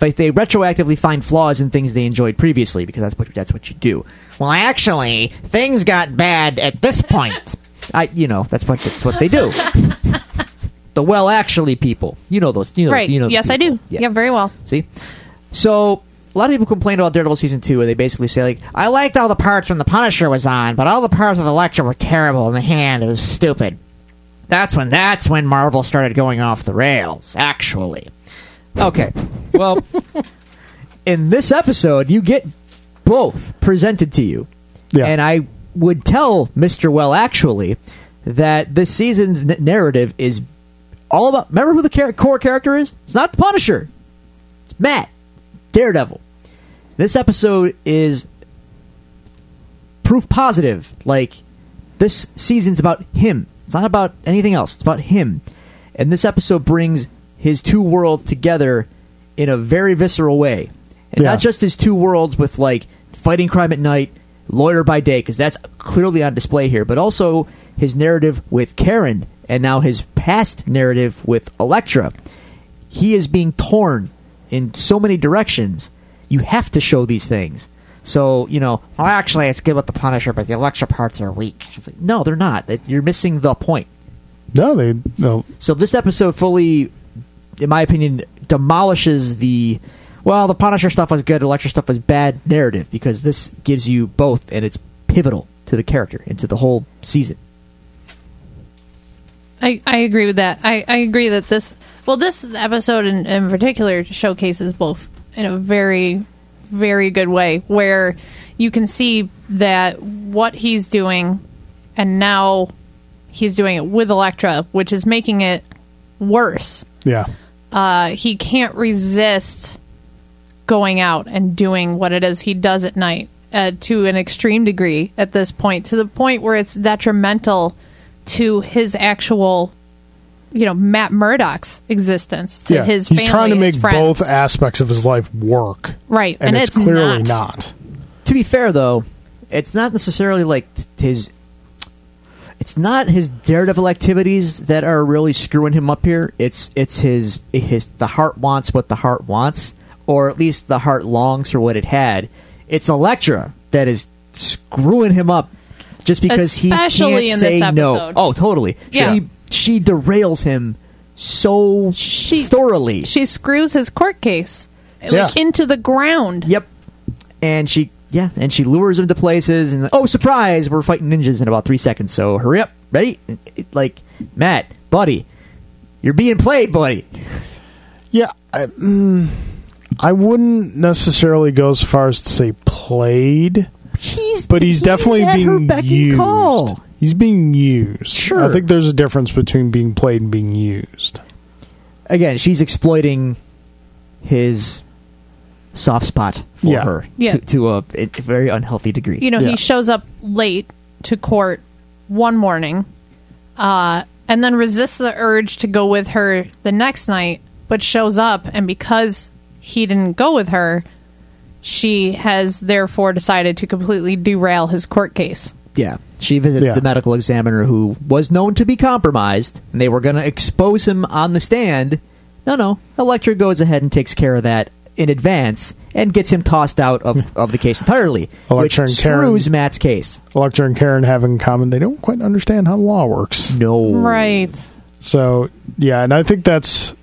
like, They retroactively find flaws in things they enjoyed previously because that's what that's what you do. Well, actually, things got bad at this point. I, you know, that's what that's what they do. the well, actually, people, you know those, you know, right. you know, the yes, I people. do. Yeah. very well. See, so a lot of people complained about Daredevil season two, and they basically say like, I liked all the parts when The Punisher was on, but all the parts of the lecture were terrible in the hand. It was stupid. That's when that's when Marvel started going off the rails, actually. Okay. Well, in this episode, you get both presented to you. Yeah. And I would tell Mr. Well, actually, that this season's n- narrative is all about. Remember who the char- core character is? It's not the Punisher, it's Matt, Daredevil. This episode is proof positive. Like this season's about him. It's not about anything else. It's about him. And this episode brings his two worlds together in a very visceral way. And Yeah. not just his two worlds with like fighting crime at night, lawyer by day because that's clearly on display here, but also his narrative with Karen and now his past narrative with Elektra. He is being torn in so many directions. You have to show these things. So, you know, Well, actually, it's good with The Punisher, but the lecture parts are weak. it's like, no, they're not. That- You're missing the point. No, they no, So this episode fully, in my opinion, demolishes the well, the Punisher stuff was good, Electra stuff was bad narrative because this gives you both, and it's pivotal to the character and to the whole season. I, I agree with that. I, I agree that this, well, this episode in, in particular showcases both in a very, very good way where you can see that what he's doing and now he's doing it with Elektra, which is making it worse. yeah, Uh, he can't resist going out and doing what it is he does at night uh, to an extreme degree at this point, to the point where it's detrimental to his actual, you know, Matt Murdock's existence, to yeah. his He's family, trying to his make friends. both aspects of his life work, Right, and, and it's, it's clearly not. not. To be fair, though, it's not necessarily like t- his. It's not his daredevil activities that are really screwing him up here. It's it's his his the heart wants what the heart wants, or at least the heart longs for what it had. It's Elektra that is screwing him up, just because Especially he in can't this say no. episode. Oh, totally. Yeah. She, she derails him so She- thoroughly. She screws his court case like, Yeah. into the ground. Yep. And she, yeah, and she lures him to places, and oh, surprise, we're fighting ninjas in about three seconds. So hurry up, ready? It- Like Matt, buddy, you're being played, buddy. Yeah, I, mm, I wouldn't necessarily go so far as to say played, He's, but he's definitely at her being beck and used. call. He's being used. Sure. I think there's a difference between being played and being used. Again, she's exploiting his soft spot for Yeah. her Yeah. to, to a, a very unhealthy degree. you know Yeah. he shows up late to court one morning uh, and then resists the urge to go with her the next night but shows up and because he didn't go with her she has therefore decided to completely derail his court case Yeah. She visits Yeah. the medical examiner who was known to be compromised, and they were going to expose him on the stand. No, no. Electra goes ahead and takes care of that in advance and gets him tossed out of, of the case entirely, Electra which and Karen- screws Matt's case. Electra and Karen have in common they don't quite understand how law works. No. right So yeah, and I think that's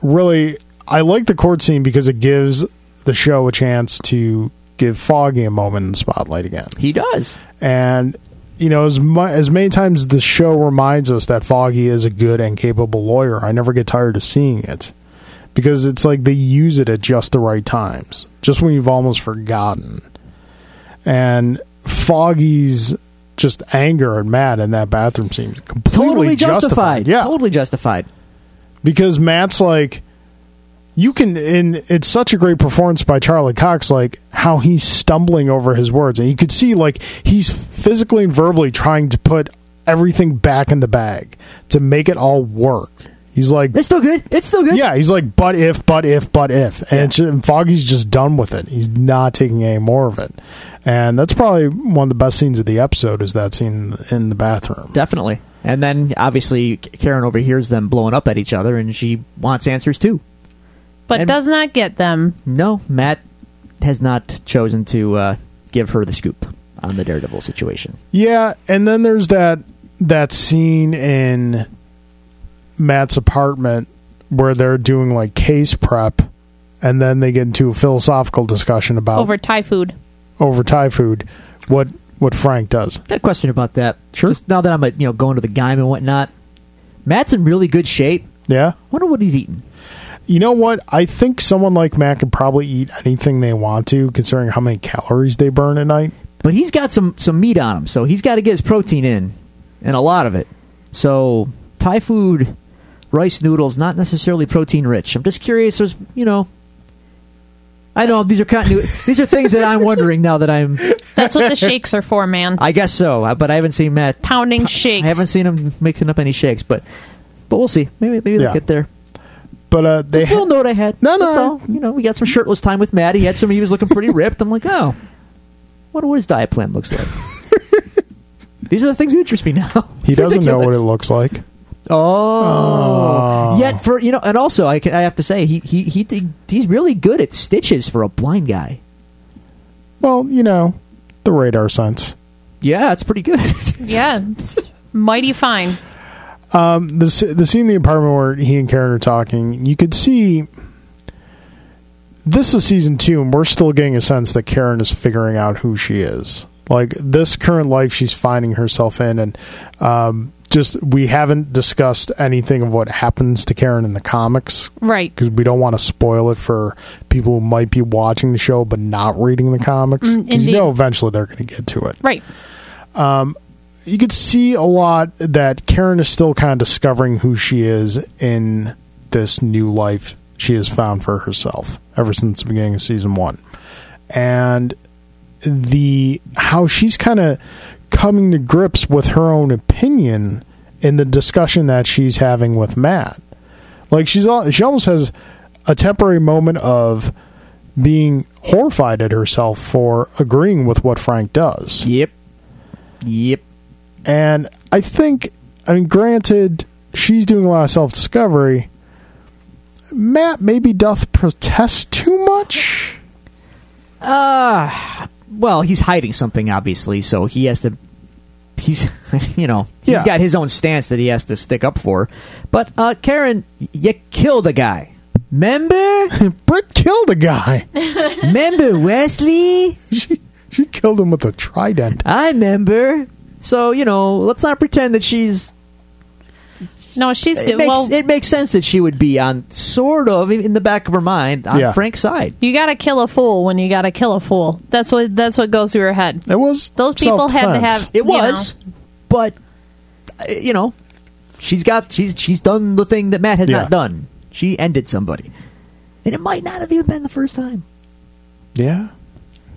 really I like the court scene because it gives the show a chance to give Foggy a moment in the spotlight again. He does. And you know, as mu- as many times as the show reminds us that Foggy is a good and capable lawyer, I never get tired of seeing it because it's like they use it at just the right times, just when you've almost forgotten. And Foggy's just anger and mad in that bathroom seems completely Totally justified. Yeah, Totally justified. because Matt's like you can and it's such a great performance by Charlie Cox like how he's stumbling over his words and you could see like he's physically and verbally trying to put everything back in the bag to make it all work. He's like It's still good. It's still good. yeah, he's like but if but if but if and, it's just- and Foggy's just done with it. He's not taking any more of it. And that's probably one of the best scenes of the episode is that scene in the bathroom. Definitely. And then obviously Karen overhears them blowing up at each other and she wants answers too. but And- does not get them. No, Matt has not chosen to uh, give her the scoop on the Daredevil situation. Yeah, and then there's that that scene in Matt's apartment where they're doing like case prep and then they get into a philosophical discussion Oh. about over Thai food. over Thai food what what Frank does. Got a question about that. Sure. Just now that I'm at, you know going to the gym and whatnot, Matt's in really good shape. Yeah? Wonder what he's eating. You know what? I think someone like Matt could probably eat anything they want to considering how many calories they burn at night. But he's got some some meat on him, so he's got to get his protein in, and a lot of it. So Thai food, rice noodles, not necessarily protein rich. I'm just curious. There's you know. I know these are continu- these are things that I'm wondering now that I'm That's what the shakes are for, man. I guess so, uh, but I haven't seen Matt Pounding shakes. I haven't seen him mixing up any shakes, but but we'll see. Maybe maybe they'll Yeah. get there. But uh they Just a little note I had. No, no. That's all. You know, we got some shirtless time with Matt. He had some. He was looking pretty ripped. I'm like, oh, what what his diet plan looks like. These are the things that interest me now. he It's doesn't know what it ridiculous. looks like. Oh. Oh. yet for you know, and also I, ca- I have to say he he he th- he's really good at stitches for a blind guy. Well, you know, the radar sense. Yeah, it's pretty good. Yeah, it's mighty fine. Um, the s- the scene in the apartment where he and Karen are talking, you could see this is season two, and we're still getting a sense that Karen is figuring out who she is. Like this current life she's finding herself in, and um, just we haven't discussed anything of what happens to Karen in the comics Right. because we don't want to spoil it for people who might be watching the show but not reading the comics. Mm, 'Cause you indeed. know eventually they're going to get to it Right. you could see a lot that Karen is still kind of discovering who she is in this new life she has found for herself ever since the beginning of season one. And the how she's kind of coming to grips with her own opinion in the discussion that she's having with Matt. Like she's al- she almost has a temporary moment of being horrified at herself for agreeing with what Frank does. yep. Yep. And I think, I mean, granted, she's doing a lot of self discovery. Matt maybe doth protest too much. well, he's hiding something, obviously, so he has to. He's, you know, he's Yeah. got his own stance that he has to stick up for. But uh, Karen, you killed a guy. Remember, Britt killed a guy. remember Wesley? she she killed him with a trident. I remember. So you know, let's not pretend that she's. No, she's It good. makes Well, it makes sense that she would be on sort of in the back of her mind on Yeah. Frank's side. you gotta kill a fool when you gotta kill a fool. That's what that's what goes through her head. It was Those people had to self-defense. have- It You was, but uh, you know, she's got she's she's done the thing that Matt has Yeah. not done. She ended somebody, and it might not have even been the first time. Yeah.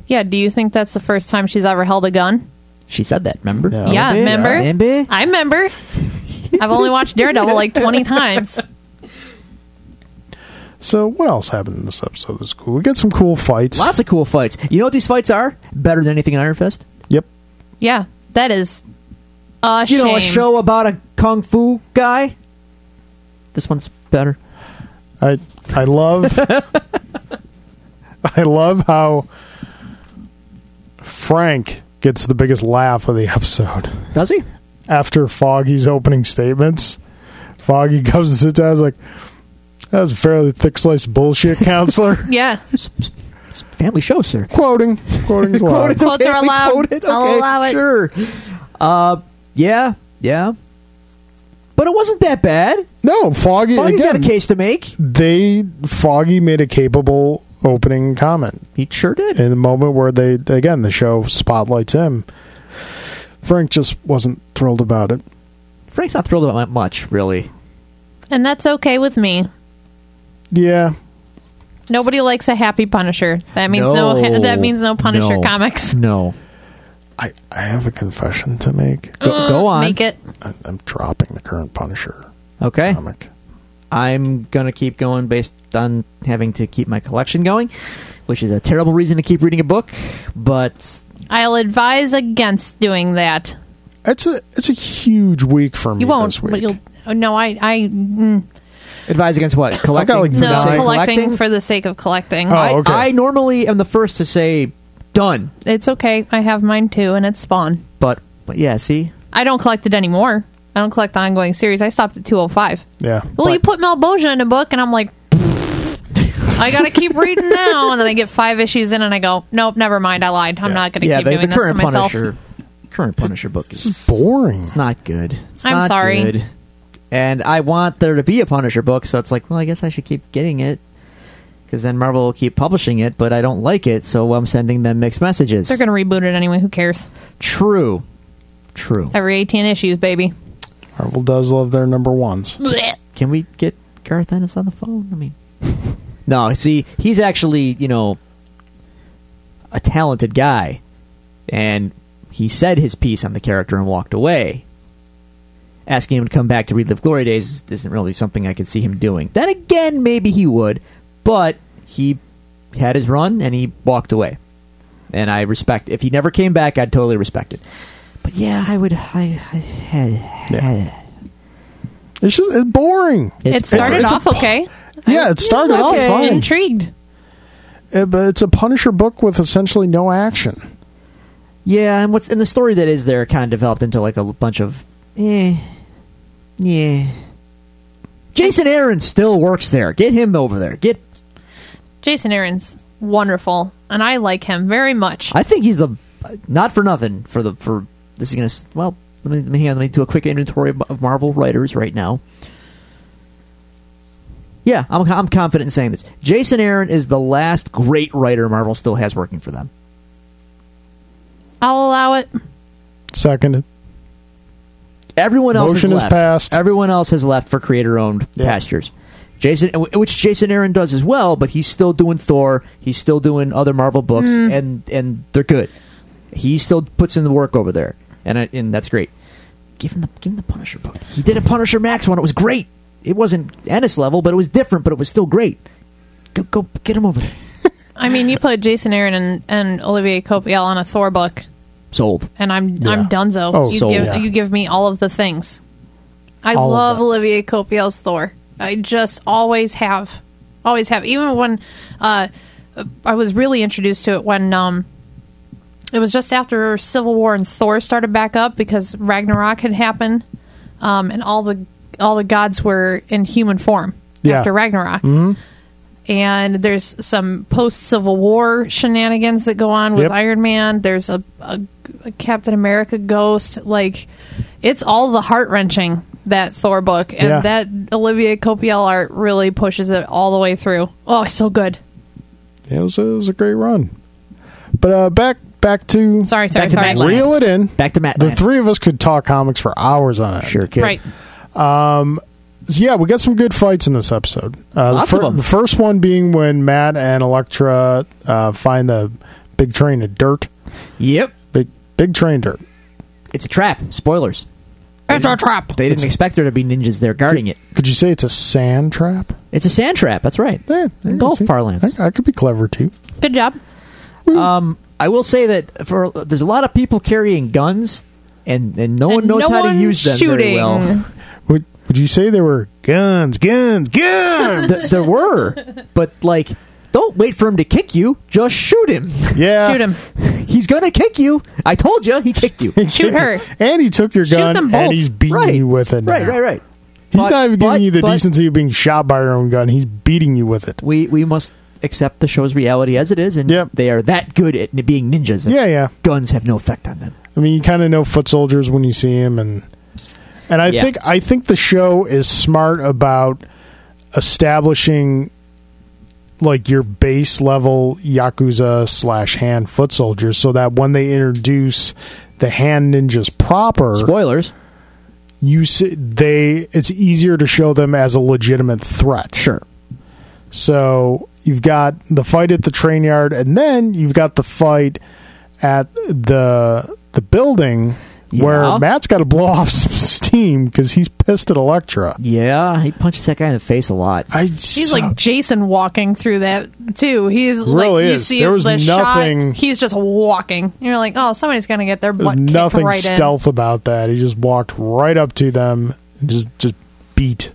Yeah. Do you think that's the first time she's ever held a gun? She said that. Remember? Yeah. yeah. Maybe, Remember? yeah. Oh, Remember? I remember. I've only watched Daredevil like twenty times. So what else happened in this episode? That's cool. We got some cool fights. Lots of cool fights. You know what these fights are? Better than anything in Iron Fist. Yep. Yeah, that is a You shame. know, a show about a kung fu guy. This one's better. I I love I love how Frank gets the biggest laugh of the episode. Does he? after Foggy's opening statements, Foggy comes and sits down. Is like, "That was a fairly thick slice of bullshit, counselor." Yeah, It's a family show, sir. quoting, quoting is Quote, allowed. it's Quotes okay are if we allowed. quote it? I'll Okay, allow it. Sure. Uh, yeah, yeah. But it wasn't that bad. No, Foggy, Foggy's got again, a case to make. they Foggy made a capable opening comment He sure did. in the moment where they again the show spotlights him. Frank just wasn't thrilled about it. Frank's not thrilled about that much, really. And that's okay with me. Yeah, Nobody likes a happy Punisher. That means no. No. that means no Punisher No. comics. No. I I have a confession to make. Go, go on. Uh, Make it. I- I'm dropping the current Punisher Okay. comic. I'm gonna keep going based on having to keep my collection going, which is a terrible reason to keep reading a book. But I'll advise against doing that. It's a it's a huge week for me. You won't, this week. but you'll. oh, No, I, I, mm, advise against what? Collecting. like, for the no, Nine. sake of collecting, for the sake of collecting. Oh. I, okay. I normally am the first to say done, It's okay. I have mine too, and it's Spawn. but, but yeah, see, I don't collect it anymore. I don't collect the ongoing series. I stopped at 205. yeah. Well, But- you put Malboja in a book, and I'm like, I gotta keep reading now. And then I get five issues in, and I go, nope, never mind. I lied. I'm Yeah. not gonna yeah, keep the, doing the this to current myself. Punisher, current Punisher book is It's boring. not good. It's I'm not sorry. good. And I want there to be a Punisher book, so it's like, well, I guess I should keep getting it because then Marvel will keep publishing it. But I don't like it, so I'm sending them mixed messages. They're gonna reboot it anyway. Who cares? True. True. Every 18 issues, baby. Marvel does love their number ones. Blech. Can we get Garth Ennis on the phone? I mean, no. See, he's actually you know a talented guy, and he said his piece on the character and walked away. Asking him to come back to relive glory days isn't really something I could see him doing. Then again, maybe he would, but he had his run and he walked away. And I respect. If he never came back, I'd totally respect it. But yeah, I would. I, I Yeah. It's just it's boring. It started it's a off okay. yeah, it started off Okay. fine, Intrigued. Uh, but it's a Punisher book with essentially no action. Yeah, and what's and the story that is there kind of developed into like a l- bunch of eh, yeah. Jason Aaron still works there. Get him over there. Get. Jason Aaron's wonderful, and I like him very much. I think he's the not for nothing for the for this is gonna s- well. Let me, let me hang on. Let me do a quick inventory of- of Marvel writers right now. Yeah, I'm I'm confident in saying this. Jason Aaron is the last great writer Marvel still has working for them. I'll allow it. Second, Everyone else Motion is has left. passed. Everyone else has left for creator-owned Yeah. pastures. Jason, which Jason Aaron does as well, but he's still doing Thor. He's still doing other Marvel books, and and they're good. He still puts in the work over there, and I, and that's great. Give him the give him the Punisher book. He did a Punisher Max one. It was great. It wasn't Ennis level, but it was different. But it was still great. Go go get him over there. I mean, you put Jason Aaron and, and Olivier Copiel on a Thor book, Sold. and I'm Yeah. I'm Dunzo. Oh, you sold. give Yeah. you give me all of the things. I All of love that. Olivier Copiel's Thor. I just always have, always have. Even when uh, I was really introduced to it when um, it was just after Civil War and Thor started back up because Ragnarok had happened, um, and all the all the gods were in human form Yeah. Mm-hmm. after Ragnarok. And there's some post Civil War shenanigans that go on with Yep. Iron Man. There's a, a, a Captain America ghost. Like, it's all the heart wrenching that Thor book, and Yeah. that Olivier Copiel art really pushes it all the way through. Oh, it's so good. it was, it was a great run. But uh, back back to Sorry, sorry, Back to sorry. Matt Lang. reel it in. Back to Matt. The Land. three of us could talk comics for hours on it. Sure, kid. Right. So, yeah, we got some good fights in this episode. Uh, Lots the of 'em. The first one being when Matt and Elektra uh, find the big train of dirt. Yep. Big big train dirt. It's a trap. Spoilers. It's a trap. They didn't expect there to be ninjas there guarding it. Could you say it's a sand trap? It's a sand trap. That's right. Yeah, In golf see, parlance. I, I could be clever too. Good job. Um, I will say that for there's a lot of people carrying guns, and, and no one And knows no how one to use them very shooting. well. Would Would you say there were guns, guns, guns? Th- there were, but like, don't wait for him to kick you. Just shoot him. yeah, Shoot him. He's gonna kick you. I told you, he kicked you. Shoot her. And he took your Shoot gun, them both. and he's beating right. you with it. now. Right, right, right. He's But- not even but- giving you the but decency of being shot by your own gun. He's beating you with it. We we must accept the show's reality as it is, and Yep. they are that good at n- being ninjas. That Yeah, yeah. guns have no effect on them. I mean, you kind of know foot soldiers when you see him, and and I Yeah. think I think the show is smart about establishing like your base level yakuza slash hand foot soldiers, so that when they introduce the hand ninjas proper, Spoilers. you see, they it's easier to show them as a legitimate threat. Sure. So you've got the fight at the train yard, and then you've got the fight at the the building Yeah. where Matt's got to blow off some steam because he's pissed at Elektra. Yeah, he punches that guy in the face a lot. I He's like Jason walking through that too. He's like Really you is. see There was the nothing- shot. He's just walking. You're like, oh, somebody's gonna get their there's butt nothing kicked right stealth about that. He just walked right up to them and just just beat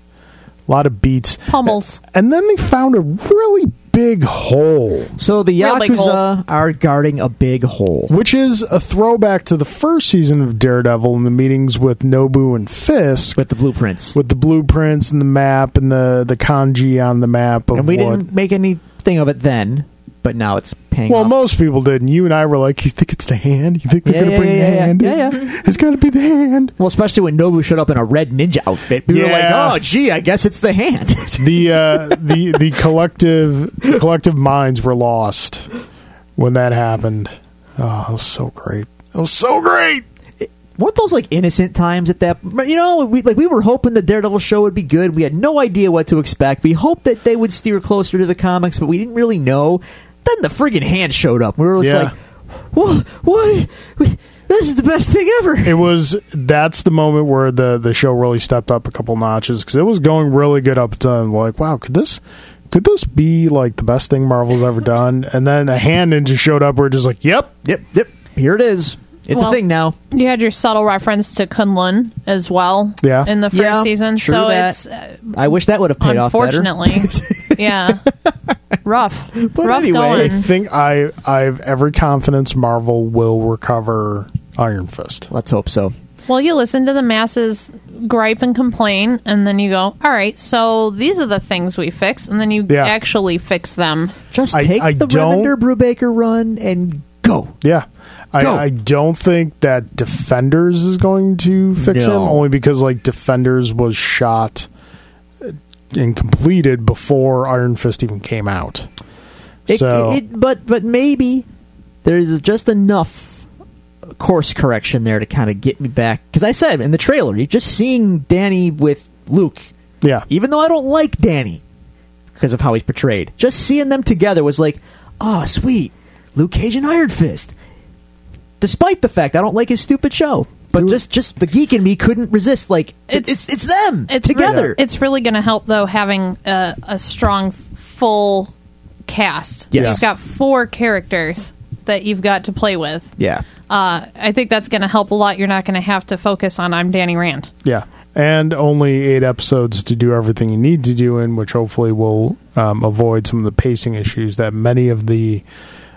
a lot of beats, in. Pummels. and then they found a really big hole. So the Real big Yakuza are guarding a big hole. which is a throwback to the first season of Daredevil and the meetings with Nobu and Fisk with the blueprints. with the blueprints and the map and the the kanji on the map of and we what. didn't make anything of it then, but now it's paying well, off. most people didn't. You and I were like, "You think it's the hand? You think they're Yeah, going to yeah, bring yeah, the yeah. hand? Yeah, in? It's going to be the hand." well, especially when Nobu showed up in a red ninja outfit. We were Yeah. like, oh, gee, I guess it's the hand. The uh, the the collective collective minds were lost when that happened. Oh, it was so great. It was so great. Weren't those like innocent times at that? You know, we like we were hoping the Daredevil show would be good. We had no idea what to expect. We hoped that they would steer closer to the comics, but we didn't really know. Then the friggin' hand showed up. We were just Yeah. like, what? What? This is the best thing ever. it was that's the moment where the the show really stepped up a couple notches because it was going really good up to like wow could this could this be like the best thing Marvel's ever done and then a hand ninja showed up we're just like yep yep, yep. Here it is. It's Well, a thing now. You had your subtle reference to Kunlun as well. Yeah. In the first Yeah, season, true so that. it's uh, I wish that would have paid off better. unfortunately, yeah, rough, rough anyway- I going. think I I have every confidence Marvel will recover Iron Fist Let's hope so. Well, you listen to the masses gripe and complain, and then you go, all right, so these are the things we fix, and then you Yeah. actually fix them. Just I- take I the don't- Remender Brubaker run and go. yeah. I, Go. I don't think that Defenders is going to fix No. him only because like Defenders was shot uh, and completed before Iron Fist even came out. It, so it, but but maybe there's just enough course correction there to kind of get me back. Because I said in the trailer, you're just seeing Danny with Luke, yeah, even though I don't like Danny because of how he's portrayed. Just seeing them together was like, oh sweet, Luke Cage and Iron Fist. Despite the fact I don't like his stupid show, but just just the geek in me couldn't resist. Like it's It's- it's, it's them It's re- together. it's really going to help, though, having a, a strong, full cast. Yes. You've got four characters that you've got to play with. yeah. Uh, I think that's going to help a lot. You're not going to have to focus on I'm Danny Rand. Yeah, and only eight episodes to do everything you need to do in, which hopefully will um, avoid some of the pacing issues that many of the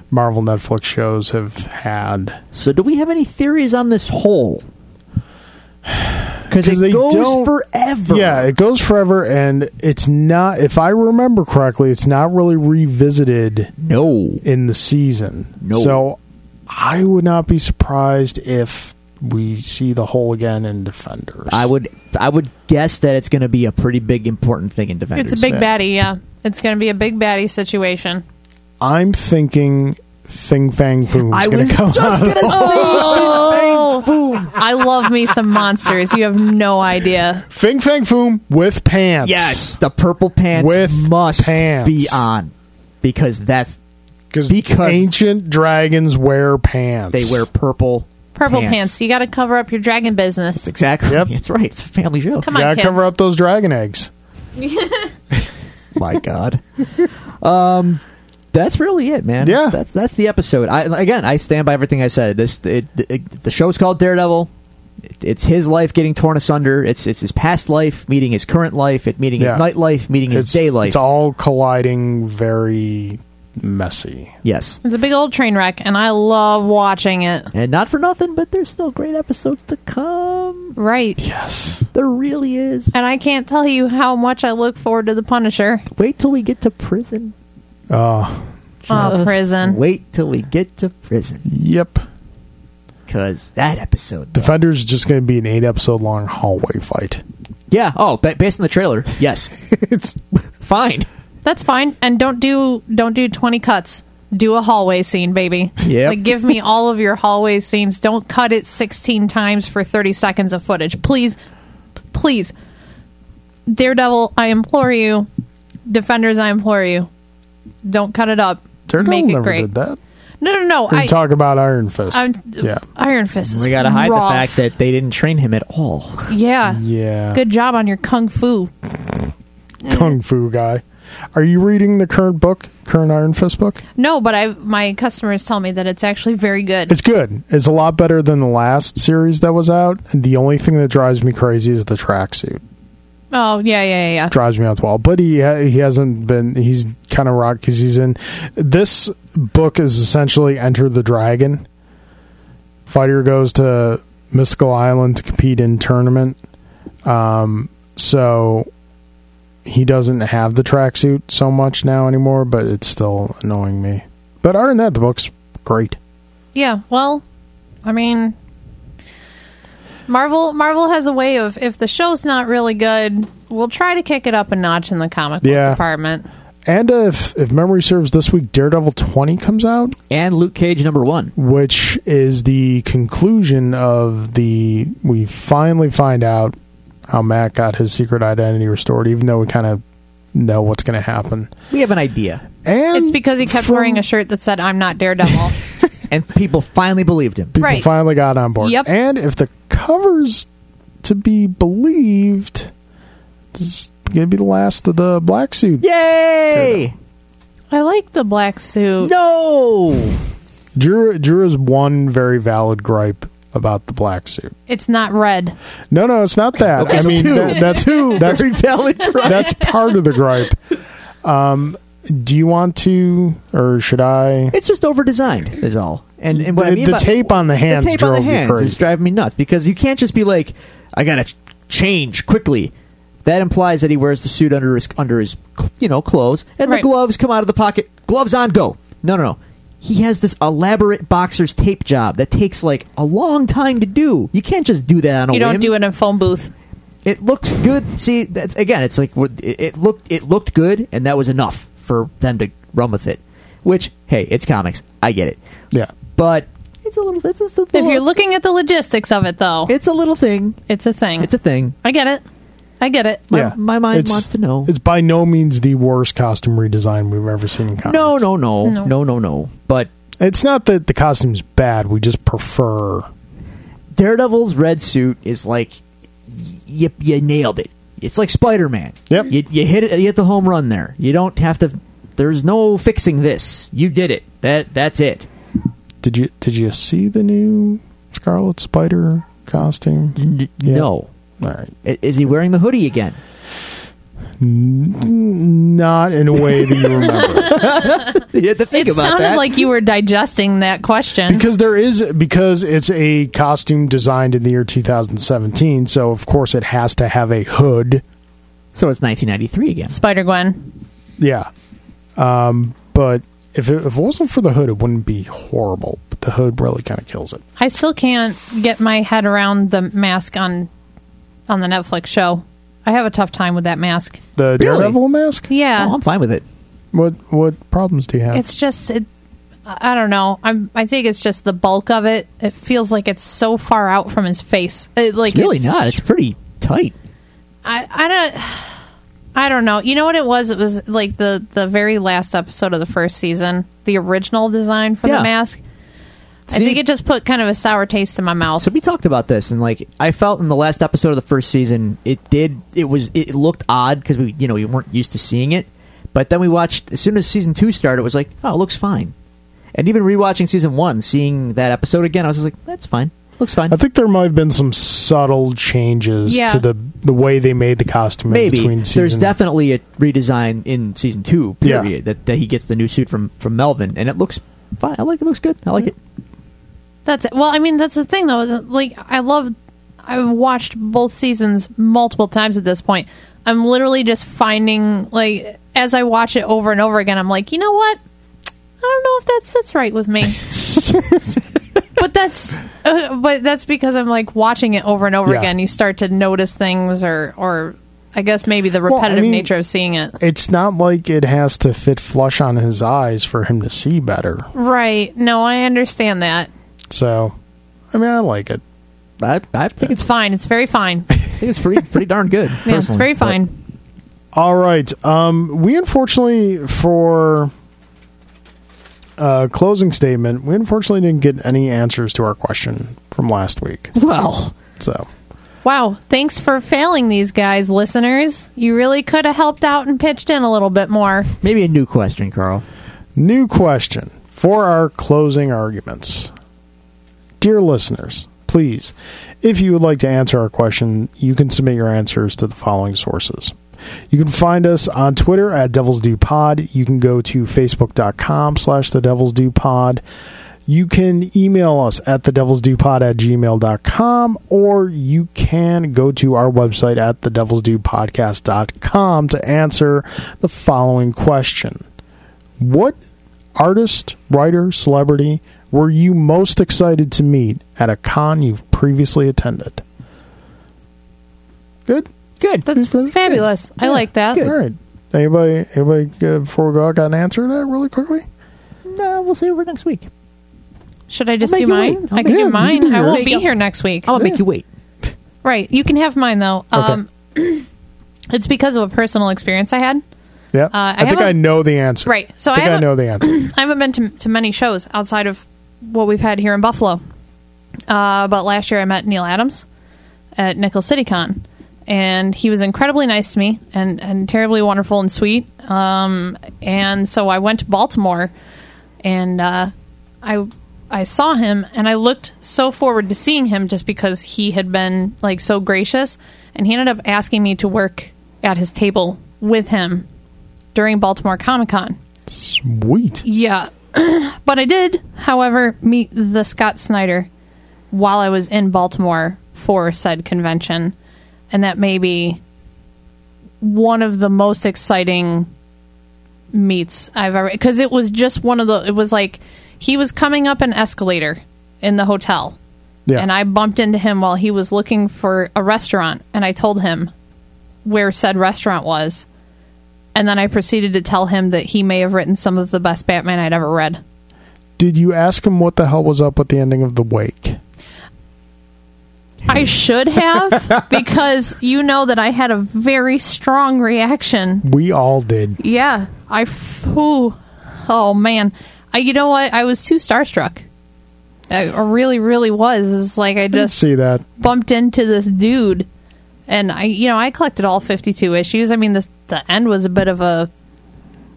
Marvel Netflix shows have had. So, do we have any theories on this hole? 'Cause Because it they goes don't- forever. Yeah, it goes forever, and it's not. If I remember correctly, it's not really revisited no. in the season. No. So I would not be surprised if we see the hole again in Defenders. I would, I would guess that it's going to be a pretty big, important thing in Defenders. It's a big Yeah. baddie, yeah. It's going to be a big baddie situation. I'm thinking. Fing Fang Foom I is going was to come just out. going to Oh, I love me some monsters. You have no idea. Fing Fang Foom with pants. yes, the purple pants With must pants. be on because that's because Because- ancient dragons wear pants. they wear purple Purple pants. You got to cover up your dragon business. Exactly. Yep. That's right. It's a family show. Come You on, gotta kids. cover up those dragon eggs. my god. Um, that's really it, man. Yeah. that's that's the episode. I again, I stand by everything I said. This it, it, the show's called Daredevil. It- It's his life getting torn asunder. It's it's his past life meeting his current life. It meeting Yeah. his night life meeting his It's day life. It's all colliding, very messy. yes, It's a big old train wreck, and I love watching it. and not for nothing, but there's still great episodes to come. Right. Yes. There really is. And I can't tell you how much I look forward to The Punisher. Wait till we get to prison. Uh, Oh, prison. Wait till we get to prison, yep. because that episode. Defenders is just going to be an eight episode long hallway fight. Yeah. Oh, ba- based on the trailer, yes. it's Fine. That's fine. And don't do don't do twenty cuts. Do a hallway scene, baby. Yep. Like, give me all of your hallway scenes. Don't cut it sixteen times for thirty seconds of footage, please. Please, Daredevil, I implore you. Defenders, I implore you. Don't cut it up. Daredevil Make it never great. did that. No, no, no. We I, talk about Iron Fist. I'm, yeah, Iron Fist. Is We gotta hide rough. the fact that they didn't train him at all. Yeah. yeah. Good job on your kung fu. mm. kung fu guy. Are you reading the current book, current Iron Fist book? No, but I my customers tell me that it's actually very good. It's good. It's a lot better than the last series that was out. And the only thing that drives me crazy is the tracksuit. oh yeah, yeah, yeah. drives me out the wall. But he ha- he hasn't been. He's kind of rocked because he's in. This book is essentially Enter the Dragon. Fighter goes to Mystical Island to compete in tournament. Um, so he doesn't have the tracksuit so much now anymore, but it's still annoying me. But other than that, the book's great. Yeah, well, I mean, Marvel Marvel has a way of if the show's not really good, we'll try to kick it up a notch in the comic book Yeah. department. And uh, if if memory serves, this week Daredevil twenty comes out. And Luke Cage number one. which is the conclusion of the we finally find out how Matt got his secret identity restored, even though we kind of know what's going to happen. We have an idea, And Um, It's because he kept from- wearing a shirt that said "I'm not Daredevil." and people finally believed him. people right. finally got on board. Yep. And if the covers to be believed, this is going to be the last of the black suit. Yay! I like the black suit. No. Drew Drew has one very valid gripe about the black suit. It's not red. No, no, it's not that. Okay, I so mean, two. that- that's who. That's Very valid. gripe. that's part of the gripe. Um, do you want to, or should I? It's just over designed, is all. And and what The, I mean the by- tape on the hands the tape on drove the me hands is crazy. driving me nuts because you can't just be like, I gotta ch- change quickly. That implies that he wears the suit under his under his cl- you know clothes, and Right. the gloves come out of the pocket. Gloves on, go. No, no, no. He has this elaborate boxer's tape job that takes like a long time to do. You can't just do that on a You don't whim. do it in a phone booth. It looks good. See, that's again. It's like what- it it looked. It looked good, and that was enough for them to run with it. Which, hey, it's comics. I get it. Yeah, But it's a little. It's just a If little, you're looking at the logistics of it, though, it's a little thing. it's a thing. It's a thing. I get it. I get it. yeah. my mind wants to know. It's by no means the worst costume redesign we've ever seen in comics. No, no, no, no, No. no, no, no. But It's not that the costume's bad. We just prefer. Daredevil's red suit is like you, you nailed it. It's like Spider Man. Yep. You, you hit it. You hit the home run there. You don't have to. There's no fixing this. You did it. That that's it. Did you Did you see the new Scarlet Spider costume? N- Yeah. No. All right, I- Is he wearing the hoodie again? not in a way that you remember. You had to think It about sounded that. like you were digesting that question. because there is because it's a costume designed in the year 2017 so of course it has to have a hood so it's 1993 again. Spider Gwen. yeah um but if it, if it wasn't for the hood it wouldn't be horrible but the hood really kind of kills it I still can't get my head around the mask on on the Netflix show. I have a tough time with that mask. the Really? daredevil mask Yeah, Oh, I'm fine with it. what what problems do you have it's just it. I I don't know. I'm. I think it's just the bulk of it. It feels like it's so far out from his face. It, like It's really not. It's pretty tight. I. I don't. I don't know. You know what it was? It was like the the very last episode of the first season. The original design for the Yeah. mask. I See? think it just put kind of a sour taste in my mouth. So we talked about this, and like I felt in the last episode of the first season, it did. It was it looked odd because we you know we weren't used to seeing it, but then we watched as soon as season two started, it was like oh it looks fine, and even rewatching season one, seeing that episode again, I was just like that's fine, looks fine. I think there might have been some subtle changes Yeah. to the the way they made the costume in Maybe between seasons. there's definitely a redesign in season two. Yeah. Period. That, that he gets the new suit from from Melvin, and it looks fine. I like it. Looks good. I like it. That's it. Well, I mean, that's the thing though. Is like I love. I've watched both seasons multiple times at this point. I'm literally just finding like as I watch it over and over again, I'm like, you know what? I don't know if that sits right with me. but that's uh, but that's because I'm like watching it over and over Yeah. again. You start to notice things, or or I guess maybe the I repetitive mean- nature of seeing it. It's not like it has to fit flush on his eyes for him to see better. Right? No, I understand that. So, I mean, I like it. I, I think it's It's fine. It's very fine. I think it's pretty pretty darn good. Yeah, it's personally, very but- fine. All right. Um, we unfortunately, for uh, closing statement, we unfortunately didn't get any answers to our question from last week. Well, So, Wow, thanks for failing these guys, listeners. You really could have helped out and pitched in a little bit more. maybe a new question, Carl. new question for our closing arguments. Dear listeners, please, if you would like to answer our question, you can submit your answers to the following sources. You can find us on Twitter at Devils Do Pod. You can go to Facebook.com slash The Devils Do Pod. You can email us at The Devils Do Pod at gmail.com or you can go to our website at The Devils Do Podcast.com to answer the following question what artist, writer, celebrity were you most excited to meet at a con you've previously attended? Good. Good. That's Good. fabulous. I like that. All right. Anybody? Anybody? Uh, before we go, out, got an answer to that really quickly. No, Uh, we'll see over next week. Should I just I'll do make you mine? wait. I'll I can make- Yeah, do Oh. you can mine. do I yours. won't be here next week. I'll make you wait. Right. You can have mine, though. Um, it's because of a personal experience I had. Yeah. Uh, I I, think have a- I know the answer. Right. So I think I I, have a- know the answer. I haven't been to, to many shows outside of what we've had here in Buffalo. Uh, but last year I met Neil Adams at Nickel City Con, and he was incredibly nice to me and, and terribly wonderful and sweet. Um, and so I went to Baltimore, and uh, I I saw him, and I looked so forward to seeing him just because he had been like so gracious, and he ended up asking me to work at his table with him during Baltimore Comic Con. Sweet. Yeah. but I did, however, meet the Scott Snyder while I was in Baltimore for said convention. And that may be one of the most exciting meets I've ever because it was just one of the it was like he was coming up an escalator in the hotel. Yeah. And I bumped into him while he was looking for a restaurant and I told him where said restaurant was. And then I proceeded to tell him that he may have written some of the best Batman I'd ever read. Did you ask him what the hell was up with the ending of the wake? I should have because you know that I had a very strong reaction. We all did. Yeah, I f- ooh. oh man, I you know what? I was too starstruck. I I really, really was. It's like I Didn't just see that. bumped into this dude, and I you know I collected all fifty two issues. I mean, this, the end was a bit of a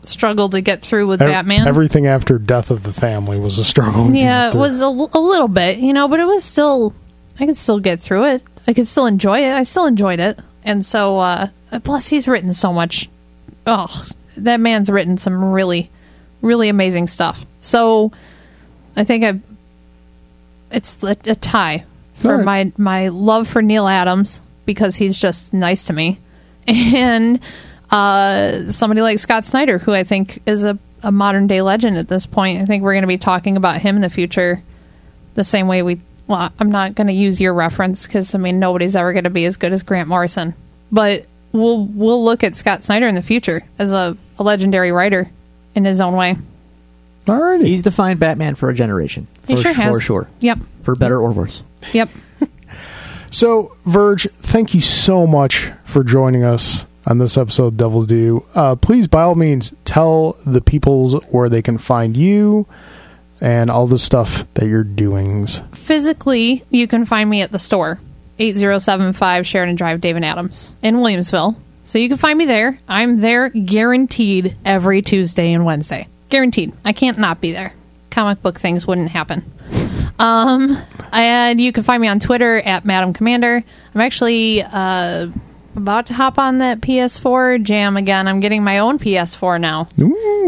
struggle to get through with Ev- Batman. Everything after death of the family was a struggle. Yeah, it was a, l- a little bit, you know, but it was still. I could still get through it. I could still enjoy it. I still enjoyed it, and so uh, plus he's written so much. Oh, that man's written some really, really amazing stuff. So, I think I. It's a, a tie for All right. my my love for Neil Adams because he's just nice to me, and uh, somebody like Scott Snyder, who I think is a, a modern day legend at this point. I think we're going to be talking about him in the future the same way we. Well, I'm not going to use your reference because I mean nobody's ever going to be as good as Grant Morrison, but we'll we'll look at Scott Snyder in the future as a, a legendary writer in his own way. All righty. He's defined Batman for a generation. He for, sure has. For sure. Yep. For better or worse. Yep. So, Verge, thank you so much for joining us on this episode of Devil's Do. Uh, please, by all means, tell the peoples where they can find you and all the stuff that you're doings. Physically, you can find me at the store, 8075 Sheridan Drive, David Adams in Williamsville. So you can find me there. I'm there guaranteed every Tuesday and Wednesday. Guaranteed. I can't not be there. Comic book things wouldn't happen. Um, and you can find me on Twitter at Madam Commander. I'm actually uh, about to hop on that PS4 jam again. I'm getting my own PS4 now.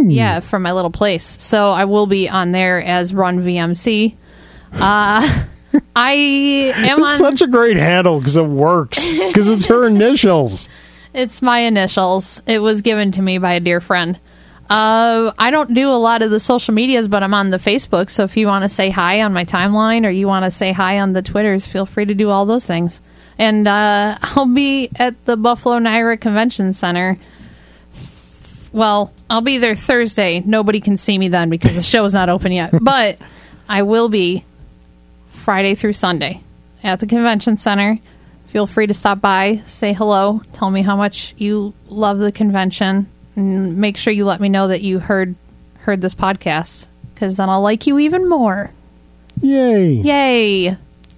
Yeah, from my little place. So I will be on there as Run VMC. Uh, I am It's on. such a great handle because it works, because it's her initials. It's my initials. It was given to me by a dear friend. Uh, I don't do a lot of the social medias, but I'm on the Facebook. So if you want to say hi on my timeline or you want to say hi on the Twitters, feel free to do all those things. And uh, I'll be at the Buffalo Niagara Convention Center. Well, I'll be there Thursday. Nobody can see me then because the show's not open yet. But I will be Friday through Sunday at the convention center. Feel free to stop by, say hello, tell me how much you love the convention, and make sure you let me know that you heard heard this podcast because then I'll like you even more. Yay! Yay!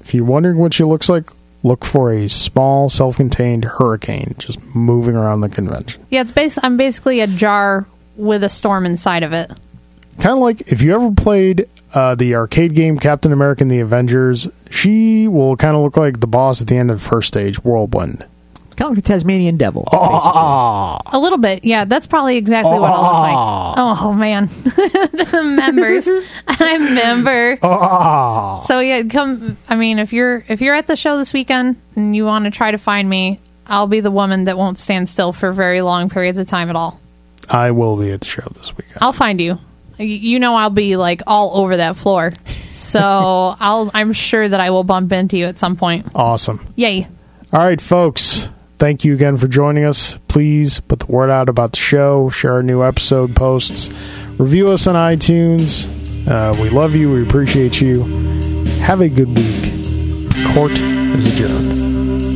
If you're wondering what she looks like, look for a small, self-contained hurricane just moving around the convention. Yeah, it's bas- I'm basically a jar with a storm inside of it. Kind of like if you ever played uh, the arcade game Captain America and the Avengers, she will kind of look like the boss at the end of the first stage, Whirlwind. It's kind of like a Tasmanian devil. A little bit, yeah. That's probably exactly what I'll look like. Oh man, the members. I member. So yeah, come. I mean, if you're if you're at the show this weekend and you want to try to find me, I'll be the woman that won't stand still for very long periods of time at all. I will be at the show this weekend. I'll find you. Y- You know I'll be like all over that floor, so I'll. I'm sure that I will bump into you at some point. Awesome. Yay! All right, folks. Thank you again for joining us. Please put the word out about the show, share our new episode posts, review us on iTunes. Uh, we love you. We appreciate you. Have a good week. Court is adjourned.